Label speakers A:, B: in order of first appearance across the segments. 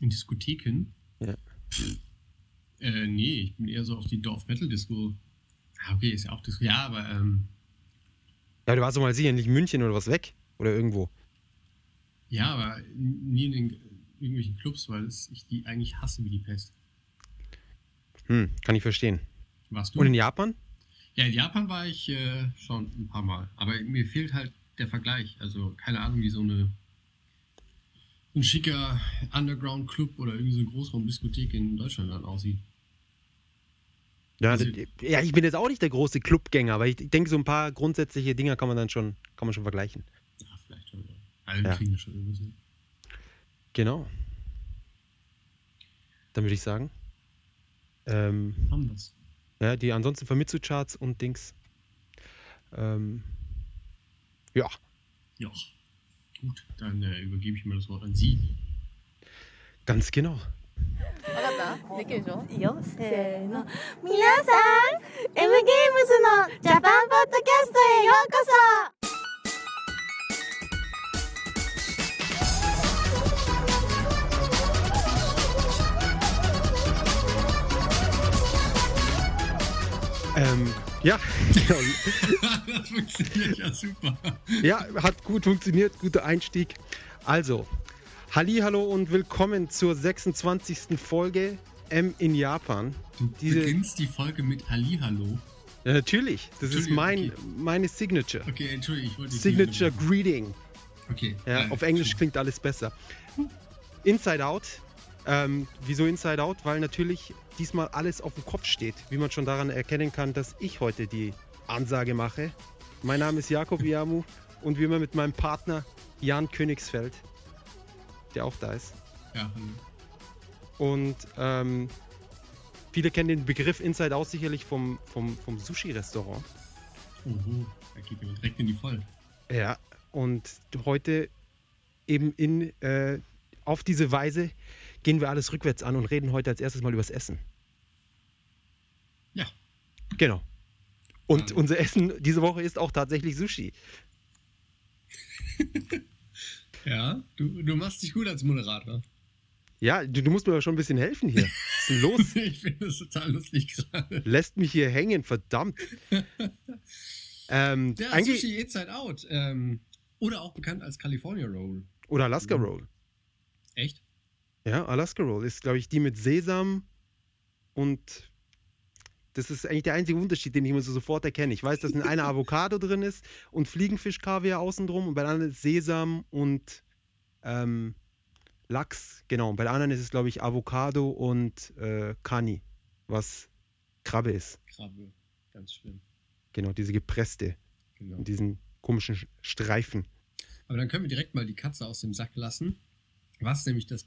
A: In Diskotheken?
B: Ja.
A: Pff, Äh, nee, ich bin eher so auf die Dorf-Metal-Disco. Ah, okay, ist ja auch Disco. Ja, aber ähm,
B: Ja, du warst doch mal sicherlich in München oder was weg. Oder irgendwo.
A: ja, aber nie in den, irgendwelchen Clubs, weil es, ich die eigentlich hasse wie die Pest.
B: Hm, kann ich verstehen.
A: Warst du?
B: Und in Japan?
A: Ja, in Japan war ich äh, schon ein paar Mal. Aber mir fehlt halt der Vergleich. Also keine Ahnung, wie so eine ein schicker Underground-Club oder irgendwie so eine Großraumdiskothek in Deutschland dann aussieht.
B: Ja,
A: Also-
B: d- ja, ich bin jetzt auch nicht der große Clubgänger, aber ich denke, so ein paar grundsätzliche Dinger kann man dann schon, kann man schon vergleichen.
A: Ja, vielleicht schon. Ja. Also
B: Ja.
A: kriegen wir schon irgendwas hin.
B: Genau. Dann würde ich sagen, ähm,
A: Haben wir's.
B: ja, die ansonsten Vermitzu-Charts und Dings. Ähm, ja,
A: Ja. Gut, dann äh, übergebe ich mal das Wort an Sie.
B: ganz genau.
C: 分かったできるでしょ
D: いいよせーの皆さん M ゲームズのジャパンポッドキャストへようこそ
B: Ähm, ja, genau.
A: das funktioniert ja super.
B: ja, hat gut funktioniert, guter Einstieg. Also, Hallihallo und willkommen zur 26. Folge M in Japan.
A: Du
B: Diese-
A: beginnst die Folge mit Hallihallo.
B: Ja, Äh, natürlich, das ist
A: Entschuldigung,
B: mein,
A: okay.
B: meine Signature.
A: Okay, entschuldige, ich wollte dich nicht
B: Signature
A: unterbrechen.
B: Greeting.
A: Okay.
B: Ja,
A: äh,
B: auf Englisch klingt alles besser. Inside Out. Ähm, wieso Inside Out? Weil natürlich diesmal alles auf dem Kopf steht, wie man schon daran erkennen kann, dass ich heute die Ansage mache. Mein Name ist Jakob Iamu und wie immer mit meinem Partner Jan Königsfeld, der auch da ist.
A: Ja, hallo.
B: Und ähm, viele kennen den Begriff Inside Out sicherlich vom, vom, vom Sushi-Restaurant.
A: Oho, da geht jemand direkt in die Folge.
B: Ja, und heute eben in, äh, auf diese Weise gehen wir alles rückwärts an und reden heute als erstes mal übers Essen.
A: Ja.
B: Genau. Und
A: Ähm.
B: unser Essen diese Woche ist auch tatsächlich Sushi.
A: Ja, du, du machst dich gut als Moderator.
B: Ja, du, du musst mir aber schon ein bisschen helfen hier. Was ist denn los?
A: Ich finde das total lustig gerade.
B: Lässt mich hier hängen, verdammt. Ähm,
A: Der
B: eigentlich,
A: Sushi Inside Out. Ähm, oder auch bekannt als California Roll.
B: Oder Alaska Roll.
A: Echt?
B: Ja, Alaska Roll ist, glaube ich, die mit Sesam und das ist eigentlich der einzige Unterschied, den ich immer so sofort erkenne. Ich weiß, dass in einer Avocado drin ist und Fliegenfischkaviar außen drum und bei der anderen ist Sesam und ähm, Lachs, genau. Und bei der anderen ist es, glaube ich, Avocado und äh, Kani, was Krabbe ist.
A: Krabbe. Ganz schlimm.
B: Genau, diese gepresste,
A: Genau.
B: mit diesen komischen Sch- Streifen.
A: Aber dann können wir direkt mal die Katze aus dem Sack lassen. Was nämlich das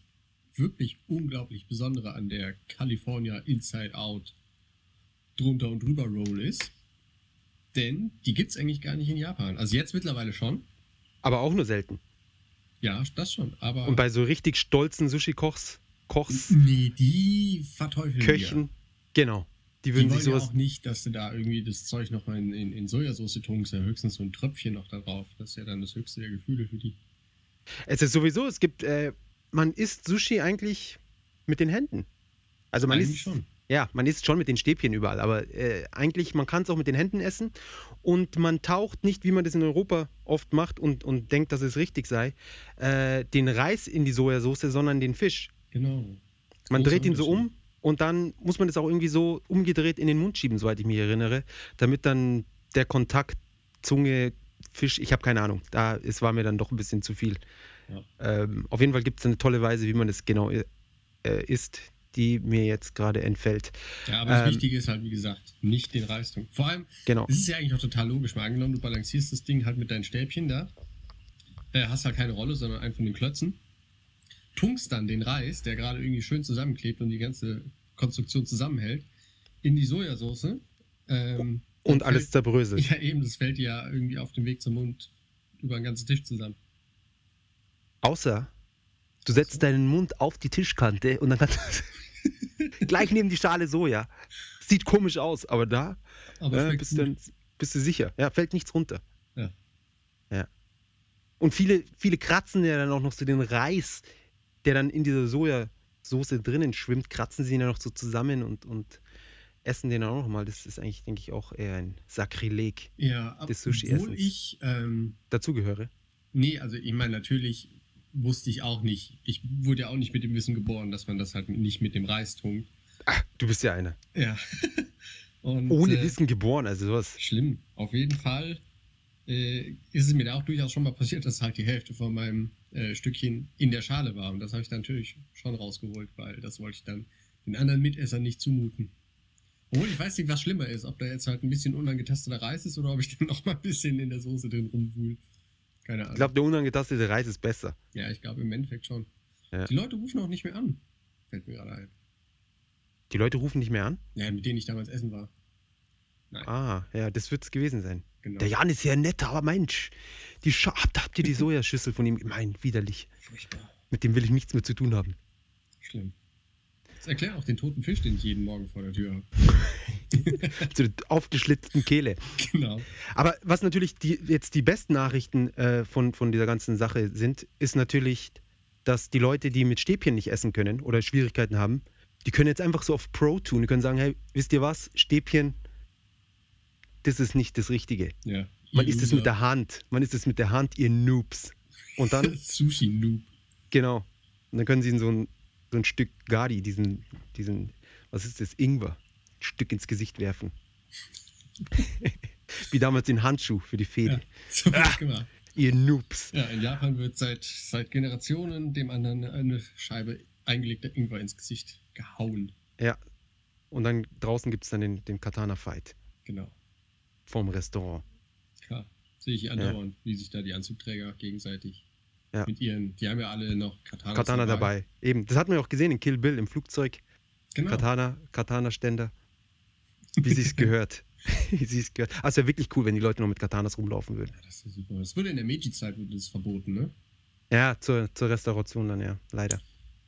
A: wirklich unglaublich Besondere an der California Inside Out drunter und drüber Roll ist. Denn die gibt es eigentlich gar nicht in Japan. Also jetzt mittlerweile schon.
B: Aber auch nur selten.
A: Ja, das schon. Aber
B: Und bei so richtig stolzen Sushi-Kochs, Kochs,
A: Nee, die verteufeln
B: Köchen, genau. Die
A: Wir. Die
B: würden
A: wollen
B: sich
A: ja
B: sowas
A: auch nicht, dass du da irgendwie das Zeug nochmal in, in, in Sojasauce tunkst, ja, höchstens so ein Tröpfchen noch da drauf. Das ist ja dann das höchste der Gefühle für die.
B: Es ist sowieso, es gibt, äh, man isst Sushi eigentlich mit den Händen. Also man
A: Eigentlich
B: isst,
A: schon.
B: ja, man isst schon mit den Stäbchen überall, aber äh, eigentlich, man kann es auch mit den Händen essen und man taucht nicht, wie man das in Europa oft macht und, und denkt, dass es richtig sei, äh, den Reis in die Sojasauce, sondern den Fisch.
A: Genau.
B: Man
A: Großer
B: dreht ihn so um
A: Unterschied.
B: und dann muss man das auch irgendwie so umgedreht in den Mund schieben, soweit ich mich erinnere, damit dann der Kontakt Zunge, Fisch, ich habe keine Ahnung, da es war mir dann doch ein bisschen zu viel.
A: Ja.
B: Ähm, auf jeden Fall gibt es eine tolle Weise, wie man das genau i- äh, isst, die mir jetzt gerade entfällt.
A: Ja, aber das
B: Ähm,
A: Wichtige ist halt, wie gesagt, nicht den Reis tunken. Vor allem,
B: Genau.
A: es ist ja eigentlich auch total logisch. Mal angenommen, du balancierst das Ding halt mit deinen Stäbchen da. Äh, hast halt keine Rolle, sondern einen von den Klötzen. Tunkst dann den Reis, der gerade irgendwie schön zusammenklebt und die ganze Konstruktion zusammenhält, in die Sojasauce. Ähm,
B: Und alles zerbröselt.
A: Ja, eben, das fällt dir ja irgendwie auf dem Weg zum Mund über den ganzen Tisch zusammen.
B: Außer du setzt deinen Mund auf die Tischkante und dann kannst du gleich neben die Schale Soja. Sieht komisch aus, aber da
A: Aber
B: Ja,
A: schmeckt
B: Ne, bist,
A: gut.
B: dann, bist du sicher. Ja, fällt nichts runter.
A: Ja.
B: ja. Und viele, viele kratzen ja dann auch noch so den Reis, der dann in dieser Soja, Soße drinnen schwimmt, kratzen sie ihn ja noch so zusammen und, und essen den auch nochmal. Das ist eigentlich, denke ich, auch eher ein Sakrileg.
A: Ja, ab-
B: Des Sushi-Essens.
A: obwohl ich, ähm,
B: Dazugehöre.
A: nee, also ich meine, natürlich wusste ich auch nicht. Ich wurde ja auch nicht mit dem Wissen geboren, dass man das halt nicht mit dem Reis tunkt.
B: Du bist ja einer.
A: Ja. Und,
B: Ohne
A: äh,
B: Wissen geboren, also sowas.
A: Schlimm. Auf jeden Fall äh, ist es mir da auch durchaus schon mal passiert, dass halt die Hälfte von meinem äh, Stückchen in der Schale war. Und das habe ich dann natürlich schon rausgeholt, weil das wollte ich dann den anderen Mitessern nicht zumuten. Obwohl, ich weiß nicht, was schlimmer ist, ob da jetzt halt ein bisschen unangetasteter Reis ist oder ob ich dann noch mal ein bisschen in der Soße drin rumwühl. Keine Ahnung.
B: Ich glaube, der unangetastete Reis ist besser.
A: ja, ich glaube im Endeffekt schon.
B: Ja.
A: Die Leute rufen auch nicht mehr an. Fällt mir gerade ein.
B: Die Leute rufen nicht mehr an.
A: Ja, mit denen ich damals essen war.
B: Ah, ja, das wird es gewesen sein.
A: Genau.
B: Der Jan ist ja ein netter, aber Mensch. Die Scha habt, habt ihr die Sojaschüssel von ihm? Nein, widerlich.
A: Furchtbar.
B: Mit dem will ich nichts mehr zu tun haben.
A: Schlimm. Das erklärt auch den toten Fisch, den ich jeden Morgen vor der Tür habe.
B: Zu der aufgeschlitzten Kehle.
A: Genau.
B: Aber was natürlich die, jetzt die besten Nachrichten äh, von, von dieser ganzen Sache sind, ist natürlich, dass die Leute, die mit Stäbchen nicht essen können oder Schwierigkeiten haben, die können jetzt einfach so auf Pro tun. Die können sagen, hey, wisst ihr was? Stäbchen, das ist nicht das Richtige.
A: Ja.
B: Man
A: Ihr
B: isst es
A: Loser.
B: mit der Hand. Man isst es mit der Hand, ihr Noobs. Und dann,
A: Sushi-Noob.
B: genau. Und dann können sie in so ein, so ein Stück Gari, diesen, diesen, was ist das, Ingwer, ein Stück ins Gesicht werfen. Wie damals den Handschuh für die Fehde.
A: Ja,
B: Ah.
A: so wird's gemacht.
B: Ihr Noobs.
A: Ja, in Japan wird seit, seit Generationen dem anderen eine Scheibe eingelegter Ingwer ins Gesicht gehauen.
B: Ja. Und dann draußen gibt es dann den, den Katana-Fight
A: Genau.
B: vorm Restaurant.
A: Klar. Sehe ich andauernd, wie sich da die Anzugträger gegenseitig
B: Ja.
A: mit ihren, die haben ja alle noch Katanas
B: Katana dabei. Eben. Das hatten wir auch gesehen in Kill Bill im Flugzeug.
A: Genau.
B: Katana, Katana-Ständer. Wie sich's gehört. Wie sich's gehört. Ah, es wäre wirklich cool, wenn die Leute noch mit Katanas rumlaufen würden.
A: Ja, das ist super. Das wurde in der Meiji-Zeit wurde das verboten, ne?
B: Ja, zur, zur Restauration dann, ja. Leider.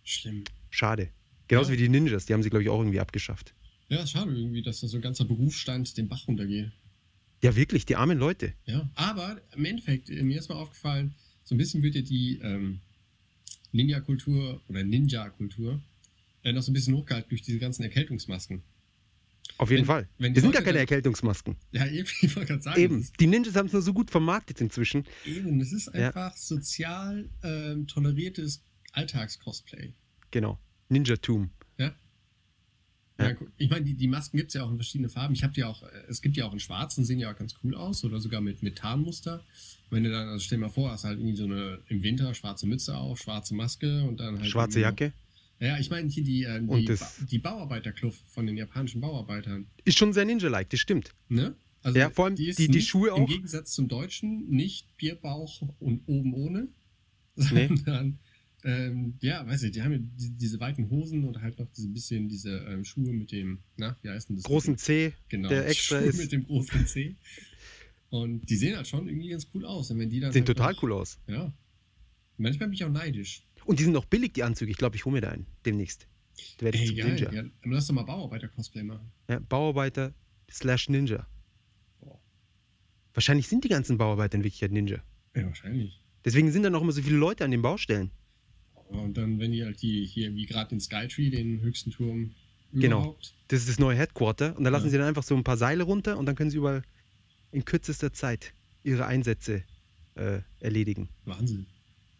A: Schlimm.
B: Schade. Genauso
A: Ja.
B: wie die Ninjas, die haben sie, glaube ich, auch irgendwie abgeschafft.
A: Ja, ist schade irgendwie, dass da so ein ganzer Berufsstand den Bach runtergeht.
B: Ja, wirklich, die armen Leute.
A: Ja, aber im Endeffekt, äh, mir ist mal aufgefallen, so ein bisschen wird ja die ähm, Ninja-Kultur oder Ninja-Kultur äh, noch so ein bisschen hochgehalten durch diese ganzen Erkältungsmasken.
B: Auf jeden
A: Wenn-
B: Fall.
A: wenn die
B: das sind ja
A: Leute
B: keine
A: dann-
B: Erkältungsmasken.
A: Ja, eben, ich wollte gerade sagen,
B: Eben.
A: Es
B: Die Ninjas haben es nur so gut vermarktet inzwischen.
A: ist, eben, es ist
B: Ja.
A: einfach sozial ähm, toleriertes Alltags-Cosplay.
B: Genau. Ninja-Tum. Ja.
A: Ja. gu- ich meine, die, die Masken gibt es ja auch in verschiedene Farben. Ich habe die auch, äh, es gibt ja auch in schwarzen, sehen ja auch ganz cool aus oder sogar mit, mit Tarnmuster. Wenn du dann, also stell dir mal vor, hast halt irgendwie so eine im Winter schwarze Mütze auf, schwarze Maske und dann halt.
B: Schwarze
A: irgendwie noch-
B: Jacke.
A: Ja, ich meine hier die, ähm, die,
B: Und das-
A: Ba- die Bauarbeiterkluft von den japanischen Bauarbeitern.
B: Ist schon sehr Ninja-like, das stimmt.
A: Ne? Also
B: Ja, vor allem
A: ist
B: die- die
A: nicht,
B: Schuhe
A: Im
B: auch.
A: Gegensatz zum Deutschen nicht Bierbauch und oben ohne,
B: Nee.
A: sondern, ähm, ja, weiß ich, die haben ja die, diese weiten Hosen und halt noch diese bisschen diese ähm, Schuhe mit dem, na, wie heißt denn das?
B: Großen C.
A: genau,
B: der extra
A: Schuhe
B: ist.
A: mit dem großen C. Und die sehen halt schon irgendwie ganz cool aus. Und wenn die dann
B: Sehen
A: halt
B: total
A: noch,
B: cool aus.
A: Ja. Manchmal bin ich auch neidisch.
B: Und die sind auch billig, die Anzüge. Ich glaube, ich hole mir da einen demnächst. Da werde ich
A: Ey,
B: zum
A: geil.
B: Ninja.
A: Ja, aber lass doch mal Bauarbeiter-Cosplay machen.
B: Ja, Bauarbeiter slash Ninja.
A: Boah.
B: Wahrscheinlich sind die ganzen Bauarbeiter in Wirklichkeit Ninja.
A: Ja, wahrscheinlich.
B: Deswegen sind dann auch immer so viele Leute an den Baustellen.
A: Und dann, wenn ihr halt die hier wie gerade den Skytree, den höchsten Turm
B: Genau.
A: überhaupt.
B: Das ist das neue Headquarter. Und da lassen
A: Ja.
B: sie dann einfach so ein paar Seile runter und dann können sie überall in kürzester Zeit ihre Einsätze äh, erledigen.
A: Wahnsinn.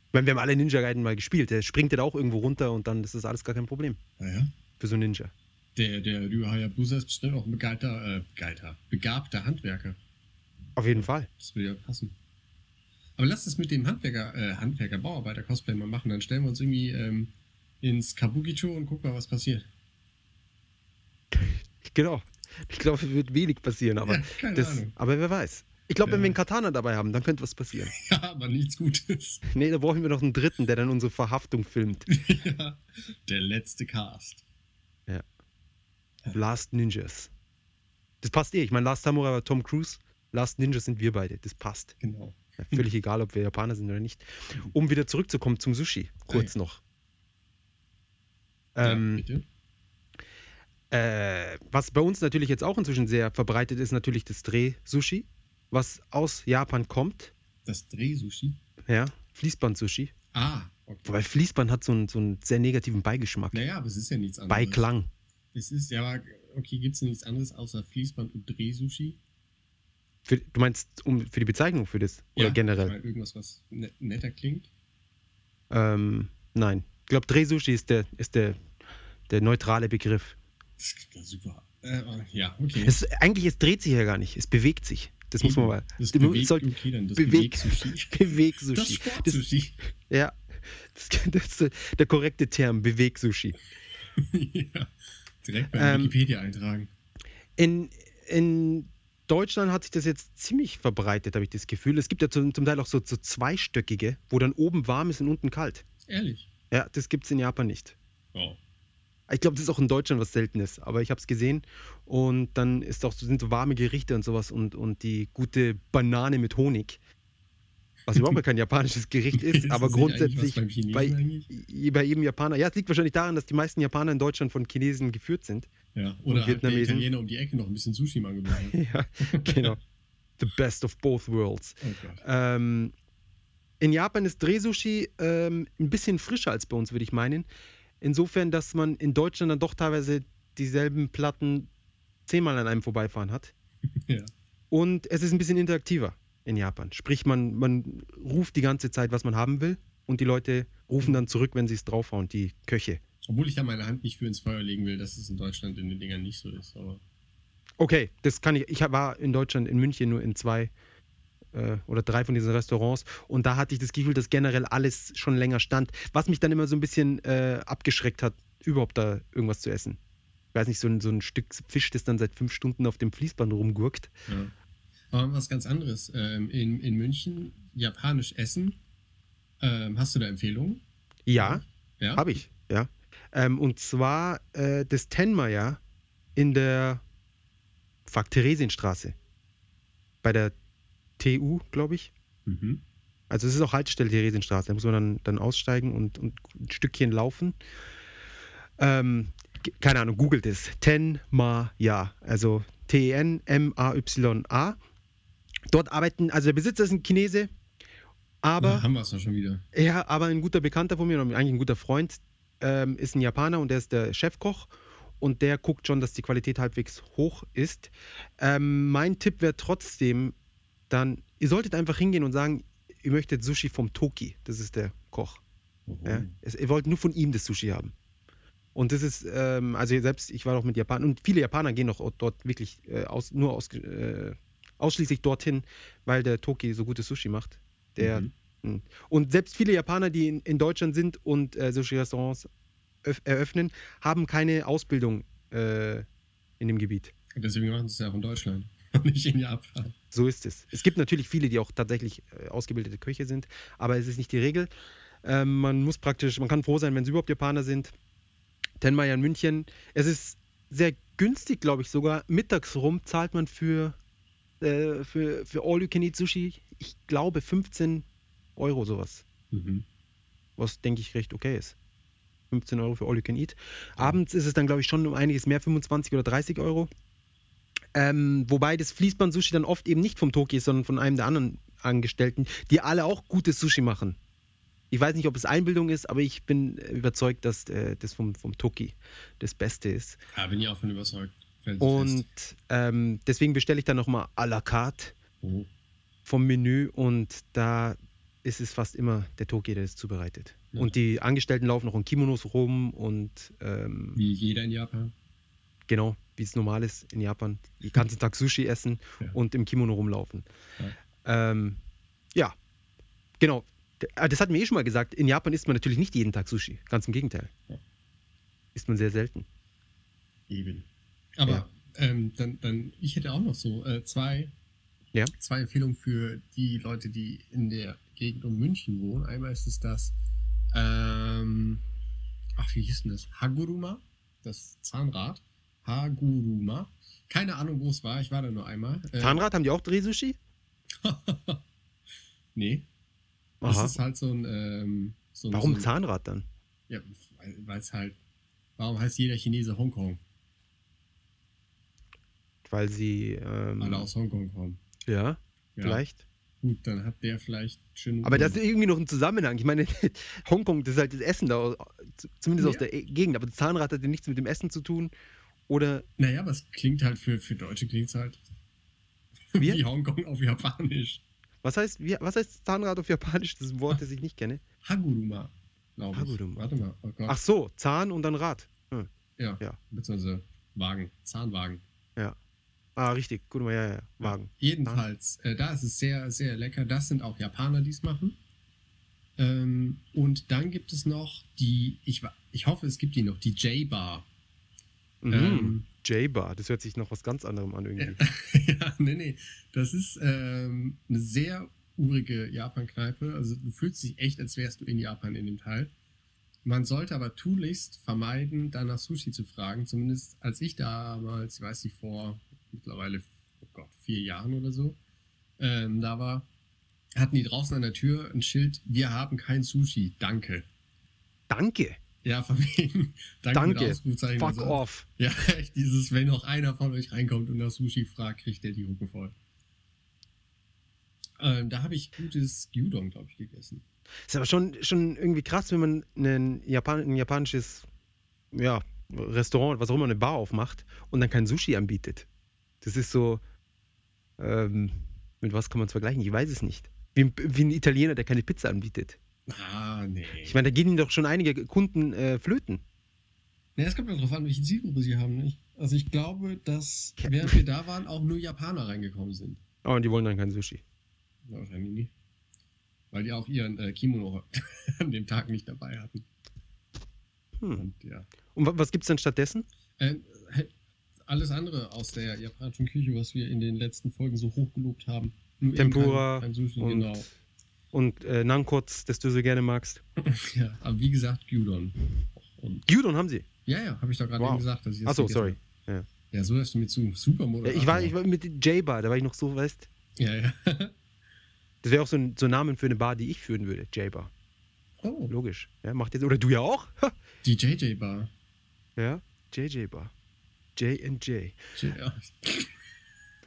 B: Ich meine, wir haben alle Ninja Gaiden mal gespielt. Der springt ja da auch irgendwo runter und dann ist das alles gar kein Problem
A: Naja.
B: für so einen Ninja.
A: Der, der Ryu Hayabusa ist bestimmt auch ein begabter, äh, begabter, begabter Handwerker.
B: Auf jeden Fall.
A: Das würde ja passen. Aber lasst es mit dem Handwerker, äh, Handwerker, Bauarbeiter, Cosplay mal machen. Dann stellen wir uns irgendwie ähm, ins Kabukicho und gucken mal, was passiert.
B: Genau. Ich glaube, es wird wenig passieren, aber,
A: Ja, keine
B: das,
A: Ahnung.
B: aber wer weiß. Ich glaube, wenn
A: Wer
B: wir einen
A: weiß.
B: Katana dabei haben, dann könnte was passieren.
A: Ja, aber nichts Gutes.
B: Nee, da brauchen wir noch einen dritten, der dann unsere Verhaftung filmt.
A: ja. Der letzte Cast.
B: Last Ninjas. Das passt eh. Ich meine, Last Samurai war Tom Cruise. Last Ninjas sind wir beide. Das passt.
A: Genau.
B: Ja, völlig egal, ob wir Japaner sind oder nicht. Um wieder zurückzukommen zum Sushi, kurz noch.
A: ja,
B: Ähm,
A: bitte.
B: äh, was bei uns natürlich jetzt auch inzwischen sehr verbreitet ist, natürlich das Dreh-Sushi, was aus Japan kommt.
A: Das Dreh-Sushi.
B: Ja, Fließband-Sushi.
A: Ah, Okay.
B: Wobei Fließband hat so einen, so einen sehr negativen Beigeschmack.
A: Naja, aber es ist ja nichts anderes.
B: Beiklang.
A: Es ist ja, aber okay, gibt es nichts anderes außer Fließband und Drehsushi?
B: Für, du meinst um, für die Bezeichnung für das? Oder
A: Ja,
B: generell?
A: Ich meine, irgendwas, was ne- netter klingt.
B: Ähm, nein. Ich glaube, Drehsushi ist, der, ist der, der neutrale Begriff.
A: Das klingt ja super. Äh, ja, okay.
B: Es, eigentlich, es dreht sich ja gar nicht. Es bewegt sich. Das muss man mal.
A: Das
B: du-
A: bewegt,
B: soll-
A: okay, dann das
B: bewegt-
A: bewegt Sushi. Das
B: Bewegsushi. Das
A: Sport-Sushi.
B: ja. Das, das ist der korrekte Term, Bewegsushi.
A: ja. Direkt bei
B: Ähm,
A: Wikipedia eintragen.
B: In, in Deutschland hat sich das jetzt ziemlich verbreitet, habe ich das Gefühl. Es gibt ja zum, zum Teil auch so, so zweistöckige, wo dann oben warm ist und unten kalt.
A: Ehrlich.
B: Ja, das gibt es in Japan nicht.
A: Wow.
B: Ich glaube, das ist auch in Deutschland was Seltenes, aber ich habe es gesehen. Und dann ist auch, so- sind so warme Gerichte und sowas und, und die gute Banane mit Honig. Was überhaupt gar kein japanisches Gericht ist,
A: Ist
B: aber
A: das nicht eigentlich was
B: grundsäglich
A: beim Chinesen
B: bei,
A: eigentlich?
B: bei jedem Japaner. Ja, es liegt wahrscheinlich daran, dass die meisten Japaner in Deutschland von Chinesen geführt sind.
A: Ja. Oder halt der
B: Vietnamesen.
A: Italiener um die Ecke noch ein bisschen Sushi mal gebracht. hat.
B: Ja, genau. The best of both worlds.
A: Oh Gott.
B: Ähm, in Japan ist Drehsushi ähm, ein bisschen frischer als bei uns, würde ich meinen. Insofern, dass man in Deutschland dann doch teilweise dieselben Platten zehnmal an einem vorbeifahren hat.
A: Ja.
B: Und es ist ein bisschen interaktiver in Japan. Sprich, man, man ruft die ganze Zeit, was man haben will. Und die Leute rufen dann zurück, wenn sie es draufhauen, die Köche.
A: Obwohl ich da meine Hand nicht für ins Feuer legen will, dass es in Deutschland in den Dingern nicht so ist. Aber
B: Okay, das kann ich. Ich war in Deutschland, in München, nur in zwei äh, oder drei von diesen Restaurants und da hatte ich das Gefühl, dass generell alles schon länger stand, was mich dann immer so ein bisschen äh, abgeschreckt hat, überhaupt da irgendwas zu essen. Ich weiß nicht, so ein, so ein Stück Fisch, das dann seit fünf Stunden auf dem Fließband rumgurkt.
A: Ja. Aber was ganz anderes. Ähm, in, in München, japanisch essen. Ähm, hast du da Empfehlungen?
B: Ja,
A: Ja.
B: habe ich, ja. Ähm, und zwar äh, das Tenmaya in der Fuck, Theresienstraße. Bei der TU, glaube ich.
A: Mhm.
B: Also es ist auch Haltestelle Theresienstraße, da muss man dann, dann aussteigen und, und ein Stückchen laufen. Ähm, ge- keine Ahnung, googelt es. Tenmaya, also T-E-N-M-A-Y-A. Dort arbeiten, also der Besitzer ist ein Chinese, aber
A: Da haben wir es doch schon wieder.
B: ja, aber ein guter Bekannter von mir, oder eigentlich ein guter Freund, ähm, ist ein Japaner und der ist der Chefkoch und der guckt schon, dass die Qualität halbwegs hoch ist. Ähm, mein Tipp wäre trotzdem, dann, ihr solltet einfach hingehen und sagen, ihr möchtet Sushi vom Toki, das ist der Koch. Ja? Es, ihr wollt nur von ihm das Sushi haben. Und das ist, ähm, also ihr selbst, ich war auch mit Japanern und viele Japaner gehen auch dort wirklich äh, aus, nur aus, äh, ausschließlich dorthin, weil der Toki so gutes Sushi macht. Der
A: Mhm.
B: und selbst viele Japaner, die in, in Deutschland sind und äh, Sushi-Restaurants öff- eröffnen, haben keine Ausbildung äh, in dem Gebiet.
A: Deswegen machen sie es ja auch in Deutschland. und Nicht in Japan.
B: So ist es. Es gibt natürlich viele, die auch tatsächlich äh, ausgebildete Köche sind, aber es ist nicht die Regel. Ähm, man muss praktisch, man kann froh sein, wenn sie überhaupt Japaner sind. Tenmaya in München. Es ist sehr günstig, glaube ich sogar. Mittags rum zahlt man für, äh, für, für All-You-Can-Eat-Sushi, ich glaube, 15 Euro sowas.
A: Mhm.
B: was denke ich recht okay ist. 15 Euro für All You Can Eat. Abends ist es dann, glaube ich, schon um einiges mehr, 25 oder 30 Euro. Ähm, wobei das Fließband-Sushi dann oft eben nicht vom Toki ist, sondern von einem der anderen Angestellten, die alle auch gutes Sushi machen. Ich weiß nicht, ob es Einbildung ist, aber ich bin äh, überzeugt, dass äh, das vom, vom Toki das Beste ist.
A: Ja, Ah, bin ich auch von überzeugt. Fällt
B: Und
A: fest.
B: ähm, deswegen bestelle ich dann nochmal à la carte
A: Oh.
B: vom Menü und da ist es fast immer der Toki, der das zubereitet.
A: Ja.
B: Und die Angestellten laufen noch in Kimonos rum und ähm,
A: Wie jeder in Japan.
B: genau, wie es normal ist in Japan, den ganzen Tag Sushi essen
A: Ja.
B: und im Kimono rumlaufen. Ja, ähm, ja. genau. D- ah, Das hatten wir eh schon mal gesagt. In Japan isst man natürlich nicht jeden Tag Sushi. Ganz im Gegenteil.
A: Ja.
B: Isst man sehr selten.
A: Eben. Aber
B: Ja.
A: ähm, dann, dann, ich hätte auch noch so äh, zwei,
B: Ja.
A: zwei Empfehlungen für die Leute, die in der Gegend um München wohnen. Einmal ist es das, ähm, ach, wie hieß denn das? Haguruma, das Zahnrad. Haguruma. Keine Ahnung, wo es war. Ich war da nur einmal. Äh,
B: Zahnrad haben die auch Drehsushi?
A: nee,
B: Aha.
A: das ist halt so ein. Ähm, so ein
B: Warum
A: so ein,
B: Zahnrad dann?
A: Ja, weil es halt. Warum heißt jeder Chinese Hongkong?
B: Weil sie. Ähm,
A: Alle aus Hongkong kommen.
B: ja,
A: Ja.
B: Mhm. vielleicht.
A: Gut, dann hat der vielleicht schön.
B: Aber das ist irgendwie noch ein Zusammenhang. Ich meine, Hongkong, das ist halt das Essen da, z- zumindest aus
A: Ja.
B: der E- Gegend. Aber das Zahnrad hatte nichts mit dem Essen zu tun. Oder
A: Naja, aber es klingt halt für, für Deutsche klingt es halt
B: Wir-
A: wie Hongkong auf Japanisch.
B: was heißt, wie, was heißt Zahnrad auf Japanisch? Das ist ein Wort, das ich nicht kenne.
A: Haguruma, glaube ich.
B: Haguruma.
A: Warte mal. Oh Gott.
B: Ach so, Zahn und dann Rad. Hm.
A: ja.
B: ja.
A: Beziehungsweise Wagen, Zahnwagen.
B: Ah, richtig. Gut, ja, ja, ja. Wagen.
A: Jedenfalls,
B: Ah.
A: äh, da ist es sehr, sehr lecker. Das sind auch Japaner, die es machen. Ähm, und dann gibt es noch die, ich, wa- ich hoffe, es gibt die noch, die J-Bar.
B: Mhm.
A: Ähm,
B: J-Bar, das hört sich noch was ganz anderem an irgendwie.
A: ja, nee, nee. Das ist ähm, eine sehr urige Japan-Kneipe. Also du fühlst dich echt, als wärst du in Japan in dem Teil. Man sollte aber tunlichst vermeiden, da nach Sushi zu fragen. Zumindest als ich damals, ich weiß nicht, vor mittlerweile, oh Gott, vier Jahren oder so, ähm, da war, hatten die draußen an der Tür ein Schild, wir haben kein Sushi, danke.
B: Danke.
A: Ja, von wegen.
B: Danke.
A: mit Ausrufezeichen Also, und
B: Fuck
A: so.
B: off.
A: Ja, echt, dieses, wenn noch einer von euch reinkommt und nach Sushi fragt, kriegt der die Hucke voll. Ähm, da habe ich gutes Gyudon, glaube ich, gegessen.
B: Ist aber schon, schon irgendwie krass, wenn man einen Japan, ein japanisches ja, Restaurant, was auch immer, eine Bar aufmacht und dann kein Sushi anbietet. Das ist so, ähm, mit was kann man es vergleichen? Ich weiß es nicht. Wie, ein- wie ein Italiener, der keine Pizza anbietet.
A: Ah, nee.
B: Ich meine, da gehen ihnen doch schon einige Kunden äh, flöten.
A: nee es kommt ja darauf an, welche Zielgruppe sie haben, nicht? Also ich glaube, dass,
B: Ja.
A: während wir da waren, auch nur Japaner reingekommen sind.
B: Oh, und die wollen dann kein Sushi.
A: Wahrscheinlich nicht. Weil die auch ihren äh, Kimono an dem Tag nicht dabei hatten.
B: Hm.
A: Und ja.
B: Und wa was gibt es dann stattdessen?
A: Ähm, halt alles andere aus der japanischen Küche, was wir in den letzten Folgen so hoch gelobt haben. Nur eben
B: Tempura
A: kein, kein Sushi,
B: und,
A: genau.
B: und äh, Nankots, das du so gerne magst.
A: Ja, aber wie gesagt, Gyudon. Und,
B: Gyudon haben sie.
A: ja, ja, habe ich doch gerade
B: Wow.
A: eben gesagt. Dass ich das
B: Achso,
A: vergessen
B: sorry.
A: habe. Ja, so hörst du mir zu. Super
B: Ja, ich, war, ich war mit J-Bar, da war ich noch so, weißt
A: Ja, ja.
B: Das wäre auch so ein, so ein Name für eine Bar, die ich führen würde. J-Bar.
A: Oh,
B: Logisch. Ja, macht jetzt, oder du ja auch? Ha,
A: die JJ-Bar.
B: ja, JJ-Bar. J&J.
A: Ja.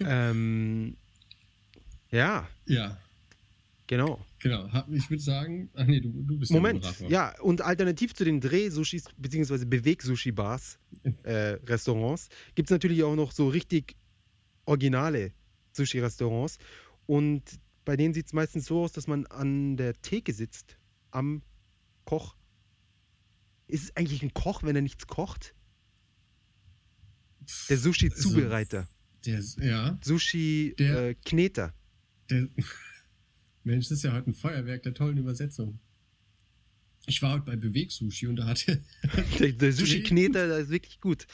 B: ähm, ja,
A: ja,
B: genau.
A: genau. Hab- Ich würde sagen, ach nee, du, du bist
B: Moment.
A: der Moderator.
B: Ja, und alternativ zu den Dreh-Sushis bzw. Beweg-Sushi-Bars, äh, Restaurants, gibt es natürlich auch noch so richtig originale Sushi-Restaurants. Und bei denen sieht es meistens so aus, dass man an der Theke sitzt, am Koch. Ist es eigentlich ein Koch, wenn er nichts kocht? Der Sushi-Zubereiter, äh,
A: Der, ist- ja, Der-
B: Sushi-Kneter.
A: der, Mensch, das ist ja heute ein Feuerwerk der tollen Übersetzung. Ich war heute bei Beweg-Sushi und da hatte,
B: der der Sushi-Kneter, der ist wirklich gut.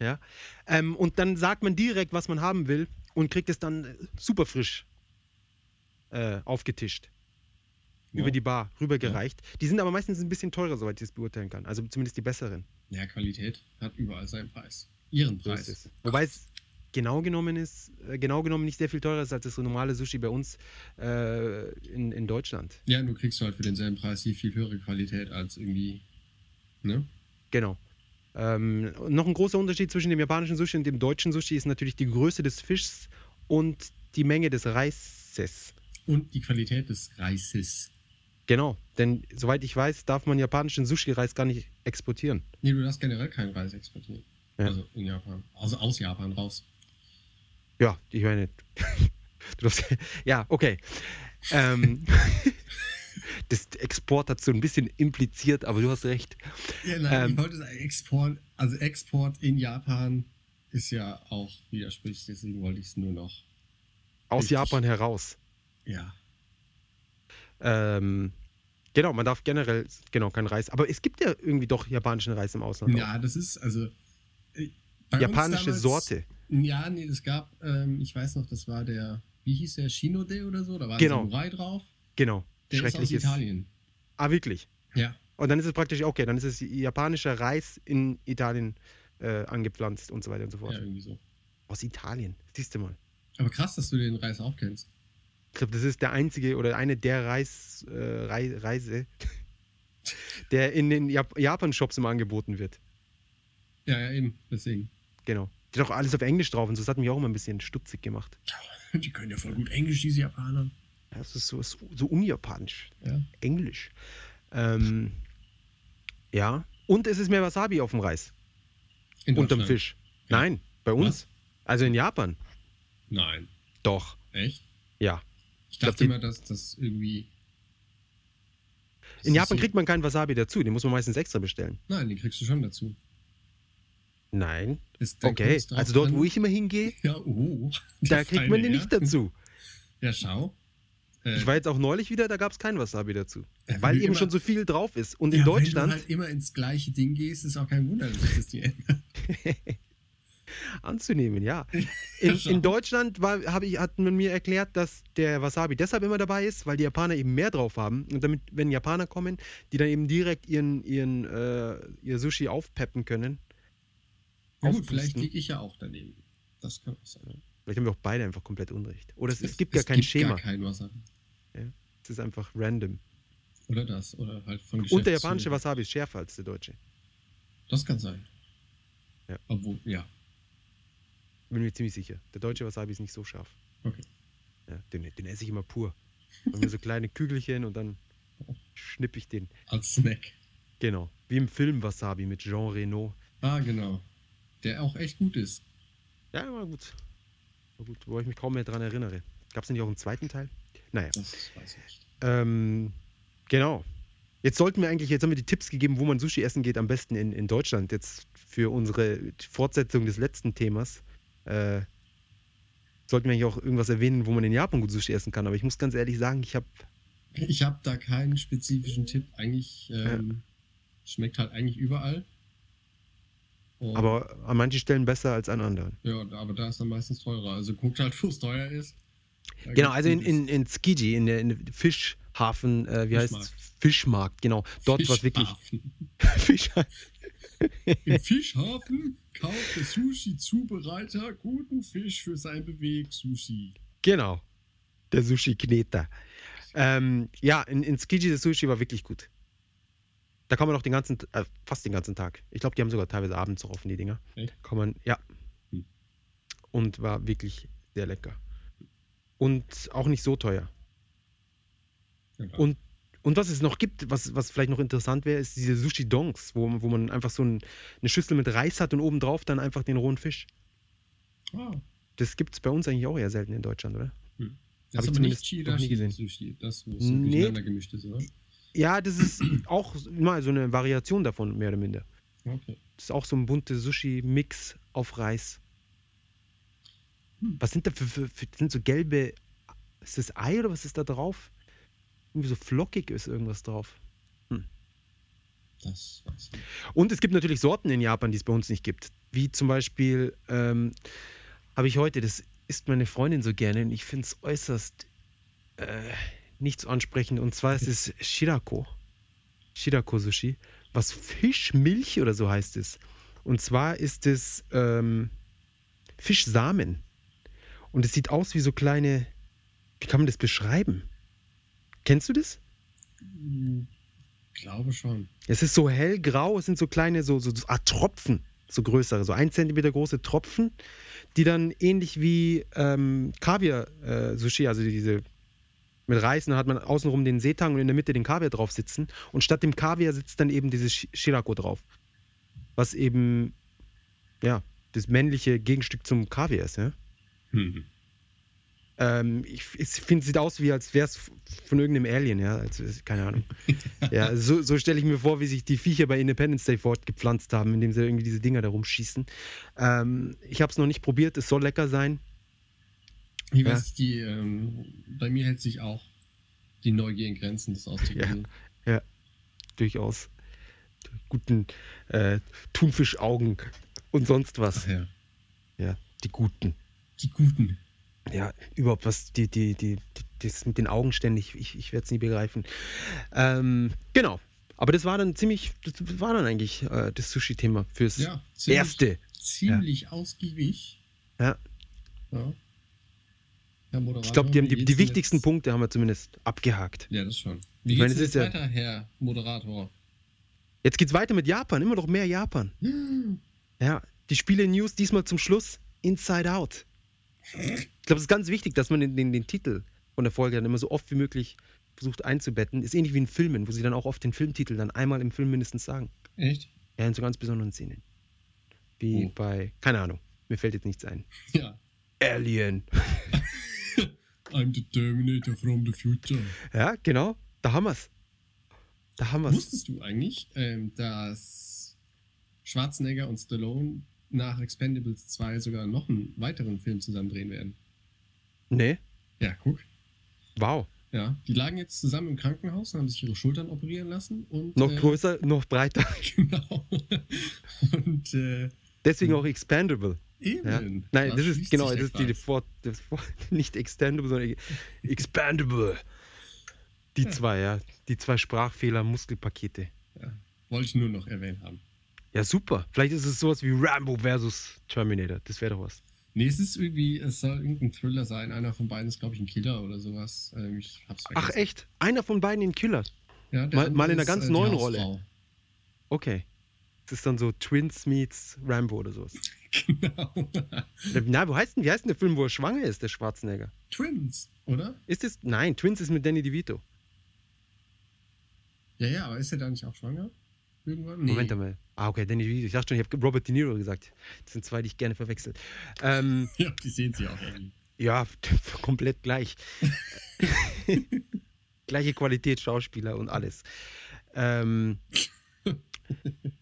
A: ja,
B: Ähm, und dann sagt man direkt, was man haben will und kriegt es dann äh, super frisch äh, aufgetischt.
A: Ja.
B: Über die Bar rübergereicht. Die sind aber meistens ein bisschen teurer, soweit ich es beurteilen kann. Also zumindest die besseren.
A: ja, Qualität hat überall seinen Preis. Ihren
B: So ist
A: Preis.
B: es. Wobei es genau genommen ist, äh, genau genommen nicht sehr viel teurer ist als das normale Sushi bei uns äh, in, in Deutschland.
A: Ja, nur kriegst du halt für denselben Preis die viel höhere Qualität als irgendwie, ne?
B: Genau. Ähm, noch ein großer Unterschied zwischen dem japanischen Sushi und dem deutschen Sushi ist natürlich die Größe des Fischs und die Menge des Reises.
A: Und die Qualität des Reises.
B: Genau, denn soweit ich weiß, darf man japanischen Sushi-Reis gar nicht exportieren.
A: Nee, du darfst generell keinen Reis exportieren.
B: Ja.
A: Also in Japan. Also aus Japan raus.
B: Ja, ich meine, du darfst, ja, okay. Ähm, das Export hat so ein bisschen impliziert, aber du hast recht.
A: Ja, nein,
B: Ähm.
A: ich wollte sagen, Export, also Export in Japan ist ja auch widersprüchlich, deswegen wollte ich es nur noch.
B: Aus
A: Richtig.
B: Japan heraus.
A: Ja.
B: Ähm, genau, man darf generell genau keinen Reis, aber es gibt ja irgendwie doch japanischen Reis im Ausland. auch.
A: Ja, das ist, also. äh, bei uns
B: Japanische
A: damals-
B: Sorte.
A: Ja, nee, es gab, ähm, ich weiß noch, das war der, wie hieß der, Shinode oder so? Da war
B: Genau.
A: ein Samurai drauf.
B: Genau.
A: Der ist aus
B: Schreckliches.
A: Italien.
B: Ah, wirklich.
A: Ja.
B: Und dann ist es praktisch okay, dann ist es japanischer Reis in Italien äh, angepflanzt und so weiter und so fort.
A: ja, irgendwie so.
B: Aus Italien. Siehst du mal.
A: Aber krass, dass du den Reis auch kennst.
B: Ich glaube, das ist der einzige oder eine der Reis, äh, Rei- Reise, der in den Jap Japan-Shops immer angeboten wird.
A: Ja, ja, eben, deswegen.
B: Genau. Die hat auch alles auf Englisch drauf und so. Das hat mich auch immer ein bisschen stutzig gemacht.
A: Die können ja voll gut Englisch, diese Japaner.
B: Ja, das ist so, so so unjapanisch,
A: Ja.
B: englisch. Ähm, ja, und es ist mehr Wasabi auf dem Reis,
A: In
B: unterm
A: Deutschland.
B: Fisch.
A: Ja.
B: Nein, bei uns. Also in Japan.
A: Nein.
B: Doch,
A: Echt?
B: ja.
A: Ich
B: glaub,
A: dachte
B: die-
A: immer, dass das irgendwie.
B: In Japan
A: so,
B: kriegt man keinen Wasabi dazu, den muss man meistens extra bestellen.
A: Nein, den kriegst du schon dazu.
B: Nein,
A: Ist, dann
B: okay.
A: kommt's drauf
B: Also dort,
A: an-
B: wo ich immer hingehe,
A: Ja, oh.
B: da
A: Der
B: kriegt man
A: Feine,
B: den
A: ja.
B: nicht dazu.
A: Ja, schau. Äh,
B: Ich war jetzt auch neulich wieder, da gab es kein Wasabi dazu.
A: Ja, wenn
B: Weil
A: du
B: eben
A: immer-
B: schon so viel drauf ist. Und in
A: ja, Wenn
B: Deutschland,
A: du halt immer ins gleiche Ding gehst, ist auch kein Wunder, dass sich das die ändert.
B: anzunehmen, ja. In,
A: schau.
B: in Deutschland war, hab ich, hat man mir erklärt, dass der Wasabi deshalb immer dabei ist, weil die Japaner eben mehr drauf haben. Und damit, wenn Japaner kommen, die dann eben direkt ihren, ihren, äh, ihr Sushi aufpeppen können.
A: Ja, gut,
B: Aufpusten.
A: vielleicht liege ich ja auch daneben. Das kann auch sein.
B: Vielleicht haben wir auch beide einfach komplett Unrecht. Oder es, es gibt gar kein
A: gibt
B: Schema.
A: Gar kein Wasabi.
B: Es ist einfach random.
A: Oder das. Oder halt von
B: Und der
A: Geschäft zu-
B: japanische Wasabi ist schärfer als der deutsche.
A: Das kann sein.
B: Ja.
A: Obwohl, ja.
B: Bin mir ziemlich sicher. Der deutsche Wasabi ist nicht so scharf.
A: Okay.
B: Ja, den, den esse ich immer pur. Und mir so kleine Kügelchen und dann schnipp ich den.
A: Als Snack.
B: Genau. Wie im Film Wasabi mit Jean Reno.
A: Ah, genau. Der auch echt gut ist.
B: Ja, war gut. War gut, wo ich mich kaum mehr dran erinnere. Gab es nicht auch einen zweiten Teil? Naja.
A: Das weiß ich nicht.
B: Ähm, genau. Jetzt sollten wir eigentlich, jetzt haben wir die Tipps gegeben, wo man Sushi essen geht, am besten in, in Deutschland. Jetzt für unsere Fortsetzung des letzten Themas. Äh, sollten wir eigentlich auch irgendwas erwähnen, wo man in Japan gut Sushi essen kann. Aber ich muss ganz ehrlich sagen, ich habe
A: Ich habe da keinen spezifischen Tipp. Eigentlich ähm, schmeckt halt eigentlich überall. Und-
B: aber an manchen Stellen besser als an anderen.
A: Ja, aber da ist dann meistens teurer. Also guckt halt, wo es teuer ist. Da
B: Genau,
A: gibt's
B: also in, in,
A: Gutes.
B: in Tsukiji, in der in der Fischhafen, äh, wie heißt
A: Fischmarkt.
B: Fischmarkt, genau. Dort war es wirklich
A: Fischhafen.
B: Fisch.
A: Im Fischhafen kauft der Sushi-Zubereiter guten Fisch für sein Beweg-Sushi.
B: Genau. Der Sushi-Kneter. Ähm, ja, in, in Tsukiji, das Sushi war wirklich gut. Da kann man auch den ganzen, äh, fast den ganzen Tag. Ich glaube, die haben sogar teilweise abends noch offen, die Dinger.
A: Echt?
B: Kann man, ja.
A: Hm.
B: Und war wirklich sehr lecker. Und auch nicht so teuer.
A: Genau.
B: Und, und was es noch gibt, was, was vielleicht noch interessant wäre, ist diese Sushi-Donks, wo, wo man einfach so ein, eine Schüssel mit Reis hat und obendrauf dann einfach den rohen Fisch.
A: ah,
B: Das gibt es bei uns eigentlich auch eher selten in Deutschland, oder? ich
A: das ist aber
B: zumindest
A: nicht
B: noch nie gesehen.
A: Chidashi-Sushi. Das, wo es so
B: Nee.
A: durcheinander gemischt ist, oder?
B: Ja, das ist auch mal so eine Variation davon, mehr oder minder.
A: Okay.
B: Das ist auch so ein bunter Sushi-Mix auf Reis.
A: Hm.
B: Was sind da für, für, für sind so gelbe. Ist das Ei oder was ist da drauf? Irgendwie so flockig ist irgendwas drauf.
A: Das weiß ich. nicht.
B: Und es gibt natürlich Sorten in Japan, die es bei uns nicht gibt. Wie zum Beispiel, ähm, habe ich heute, das isst meine Freundin so gerne und ich finde es äußerst äh, nicht so ansprechend. Und zwar ist es Shirako. Shirako-Sushi. Was Fischmilch oder so heißt es. Und zwar ist es ähm, Fischsamen. Und es sieht aus wie so kleine. Wie kann man das beschreiben? Kennst du das?
A: Hm, glaube schon.
B: Es ist so hellgrau, es sind so kleine, so, so, so Art Tropfen, so größere, so ein Zentimeter große Tropfen, die dann ähnlich wie ähm, Kaviar-Sushi, also diese mit Reis, dann hat man außenrum den Seetang und in der Mitte den Kaviar drauf sitzen und statt dem Kaviar sitzt dann eben dieses Shi- Shirako drauf, was eben, ja, das männliche Gegenstück zum Kaviar ist, ja.
A: Hm.
B: Ähm, ich ich finde, sieht aus wie, als wäre es von irgendeinem Alien, ja. Also, ist- keine Ahnung. ja, so, so stelle ich mir vor, wie sich die Viecher bei Independence Day fortgepflanzt haben, indem sie irgendwie diese Dinger da rumschießen. Ähm, ich habe es noch nicht probiert, es soll lecker sein.
A: Wie
B: Ja.
A: weiß ich, die, ähm, bei mir hält sich auch die Neugier in Grenzen, das auszuprobieren.
B: Durchaus. Guten äh, Thunfischaugen und sonst was.
A: Ach ja.
B: Ja, die guten.
A: Die guten.
B: Ja, überhaupt was, die, die, die, die das mit den Augen ständig, ich, ich werde es nie begreifen. Ähm, genau. Aber das war dann ziemlich, das war dann eigentlich äh, das Sushi-Thema fürs
A: Ja, ziemlich-
B: erste.
A: ziemlich ausgiebig.
B: Ja.
A: ja. Herr Moderator,
B: Ich glaube, die haben
A: wie
B: die,
A: geht's
B: die
A: denn
B: wichtigsten
A: jetzt?
B: Punkte haben wir zumindest abgehakt.
A: Ja, das schon. Wie
B: Ich
A: geht's
B: meine,
A: denn
B: es ist
A: jetzt
B: ja-
A: weiter, Herr Moderator?
B: Jetzt geht's weiter mit Japan, immer noch mehr Japan. Ja, die Spiele-News diesmal zum Schluss Inside Out. Ich glaube, es ist ganz wichtig, dass man den, den, den Titel von der Folge dann immer so oft wie möglich versucht einzubetten. Ist ähnlich wie in Filmen, wo sie dann auch oft den Filmtitel dann einmal im Film mindestens sagen.
A: Echt?
B: Ja, in so ganz besonderen Szenen. Wie
A: Oh.
B: bei, keine Ahnung, mir fällt jetzt nichts ein.
A: Ja.
B: Alien.
A: I'm the Terminator from the future.
B: Ja, genau, da haben wir's. Da haben wir's.
A: Wusstest du eigentlich, ähm, dass Schwarzenegger und Stallone nach Expendables 2 sogar noch einen weiteren Film zusammen drehen werden?
B: Nee,
A: Ja, guck.
B: wow.
A: Ja, die lagen jetzt zusammen im Krankenhaus und haben sich ihre Schultern operieren lassen und
B: Noch
A: äh,
B: größer, noch breiter.
A: Genau. Und äh,
B: Deswegen auch expandable.
A: eben.
B: Ja. Nein,
A: da
B: das
A: schließt
B: ist genau,
A: sich
B: das
A: der
B: ist die
A: Kreis.
B: Fort, das Fort, nicht extendable, sondern e- expandable. Die zwei, ja. Die zwei Sprachfehler, Muskelpakete.
A: Wollte ich nur noch erwähnt haben.
B: Ja, super. Vielleicht ist es sowas wie Rambo versus Terminator. Das wäre doch was.
A: Nee, es ist irgendwie, es soll irgendein Thriller sein. Einer von beiden ist, glaube ich, ein Killer oder sowas. Ähm, ich hab's
B: Ach,
A: vergessen.
B: echt? Einer von beiden den Killer.
A: Ja, der
B: mal- mal in
A: andere
B: einer
A: ist,
B: ganz
A: äh, die
B: neuen Rolle.
A: Hausfrau.
B: Okay. Das ist dann so Twins meets Rambo oder sowas. Äh,
A: Genau.
B: Na, wo heißt denn, wie heißt denn der Film, wo er schwanger ist, der Schwarzenegger?
A: Twins, oder?
B: Ist es? Nein, Twins ist mit Danny DeVito.
A: Ja, ja, aber ist er da nicht auch schwanger? Irgendwann? Nee.
B: Moment einmal. Ah, okay, Danny DeVito. Ich dachte schon, ich habe Robert De Niro gesagt. Das sind zwei, die ich gerne verwechsel. Ähm,
A: Ja, die sehen sie auch irgendwie.
B: Ja, komplett gleich. Gleiche Qualität Schauspieler und alles. Ähm,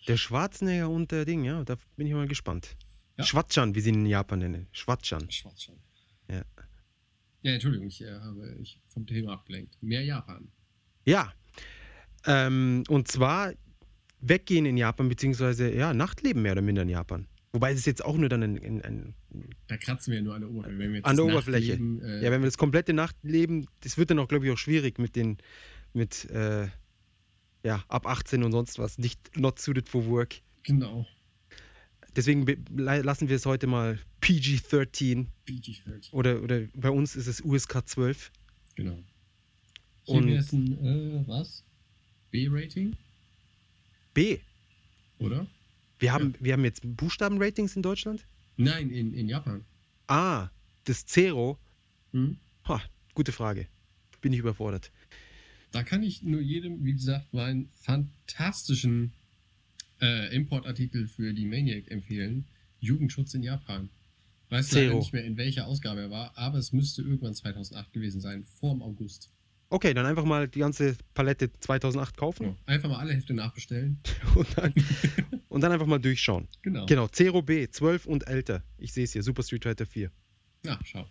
B: der Schwarzenegger und der Ding, ja, da bin ich mal gespannt.
A: Ja.
B: Schwatschan, wie sie ihn in Japan nennen. Schwatschan.
A: Schwarz schon.
B: Ja.
A: Ja, Entschuldigung, ich äh, habe ich hab vom Thema abgelenkt. Mehr Japan.
B: Ja. Ähm, und zwar weggehen in Japan, beziehungsweise ja, Nachtleben mehr oder minder in Japan. Wobei es jetzt auch nur dann ein, ein, ein
A: Da kratzen wir ja nur an der Oberfläche. Wenn wir jetzt
B: An der
A: das
B: Oberfläche.
A: Nachtleben, äh,
B: Ja, wenn wir das komplette Nachtleben, das wird dann auch, glaube ich, auch schwierig mit den, mit, äh, ja, ab 18 und sonst was, nicht not suited for work.
A: Genau.
B: Deswegen be- le- lassen wir es heute mal PG-13
A: PG-13.
B: oder, oder bei uns ist es USK 12.
A: Genau. Hier
B: Und-
A: wäre es ein, äh, was? B-Rating,
B: B.
A: oder?
B: Wir haben, wir haben jetzt Buchstabenratings in Deutschland.
A: Nein, in, in Japan.
B: A. Das Zero.
A: Hm?
B: Ha, gute Frage. Bin ich überfordert.
A: Da kann ich nur jedem, wie gesagt, meinen fantastischen äh, Importartikel für die Maniac empfehlen. Jugendschutz in Japan. Weiß leider
B: Zero.
A: nicht mehr, in welcher Ausgabe er war, aber es müsste irgendwann 2008 gewesen sein, vorm August.
B: Okay, dann einfach mal die ganze Palette 2008 kaufen
A: Ja. Einfach mal alle Hefte nachbestellen.
B: und, dann, und dann einfach mal durchschauen.
A: Genau.
B: Genau, Zero B, 12 und älter. Ich sehe es hier, Super Street Fighter 4.
A: Na, schau.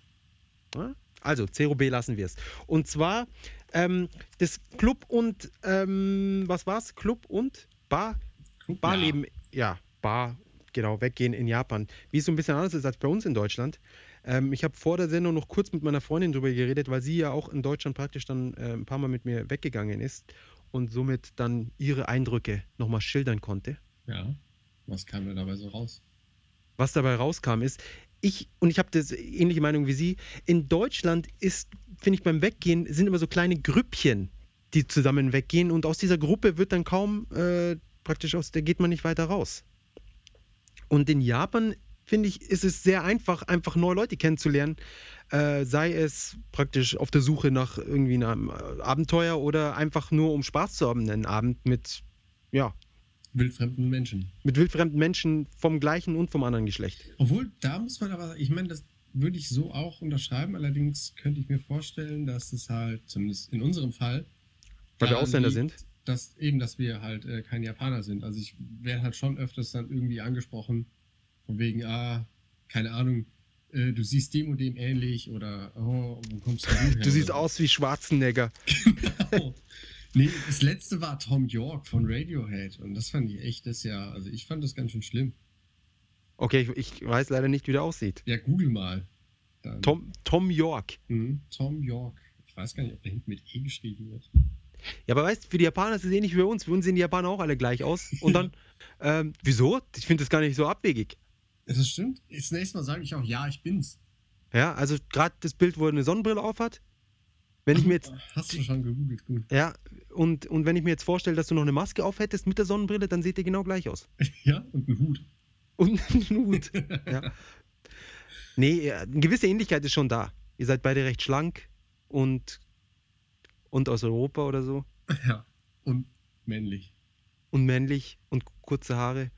B: Ja? Also, Zero B lassen wir es. Und zwar ähm, das Club und, ähm, was war's? Club und Bar,
A: Guck mal.
B: Barleben, ja. Bar, genau, weggehen in Japan. Wie es so ein bisschen anders ist als bei uns in Deutschland. Ähm, ich habe vor der Sendung noch kurz mit meiner Freundin drüber geredet, weil sie ja auch in Deutschland praktisch dann äh, ein paar Mal mit mir weggegangen ist und somit dann ihre Eindrücke nochmal schildern konnte.
A: Ja. Was kam da dabei so raus?
B: was dabei rauskam, ist, ich, und ich habe das ähnliche Meinung wie Sie, in Deutschland ist, finde ich, beim Weggehen sind immer so kleine Grüppchen, die zusammen weggehen und aus dieser Gruppe wird dann kaum äh, praktisch aus, da geht man nicht weiter raus. Und in Japan, finde ich, ist es sehr einfach, einfach neue Leute kennenzulernen, äh, sei es praktisch auf der Suche nach irgendwie einem äh, Abenteuer oder einfach nur um Spaß zu haben, einen Abend mit, ja,
A: Wildfremden Menschen.
B: mit wildfremden Menschen vom gleichen und vom anderen Geschlecht.
A: Obwohl, da muss man aber sagen, ich meine, das würde ich so auch unterschreiben. Allerdings könnte ich mir vorstellen, dass es halt, zumindest in unserem Fall,
B: Weil wir
A: daran
B: Ausländer
A: liegt,
B: sind.
A: Dass eben, dass wir halt äh, kein Japaner sind. Also ich werde halt schon öfters dann irgendwie angesprochen, von wegen, ah, keine Ahnung, äh, du siehst dem und dem ähnlich oder oh, wo kommst du her?
B: Du siehst
A: oder
B: aus wie Schwarzenegger.
A: Oh. Nee, das letzte war Tom York von Radiohead und das fand ich echt das Jahr. Also ich fand das ganz schön schlimm.
B: Okay, ich, ich weiß leider nicht, wie der aussieht.
A: Ja, google mal. Dann.
B: Tom, Tom York.
A: Mhm, Tom York. Ich weiß gar nicht, ob der hinten mit E geschrieben wird.
B: Ja, aber weißt du, für die Japaner ist es ähnlich wie bei uns. Für uns sehen die Japaner auch alle gleich aus. Und dann, ähm, wieso? Ich finde das gar nicht so abwegig.
A: Ja, Das stimmt. Das nächste Mal sage ich auch, ja, ich bin's.
B: Ja, also gerade das Bild, wo er eine Sonnenbrille aufhat. Wenn ich mir jetzt,
A: Hast du schon gegoogelt, gut.
B: ja, und, und wenn ich mir jetzt vorstelle, dass du noch eine Maske aufhättest mit der Sonnenbrille, dann seht ihr genau gleich aus.
A: Ja, und ein Hut.
B: Und einen Hut. Ja. Nee, ja, eine gewisse Ähnlichkeit ist schon da. Ihr seid beide recht schlank, und, und aus Europa oder so.
A: Ja. Und männlich.
B: Und männlich und kurze Haare.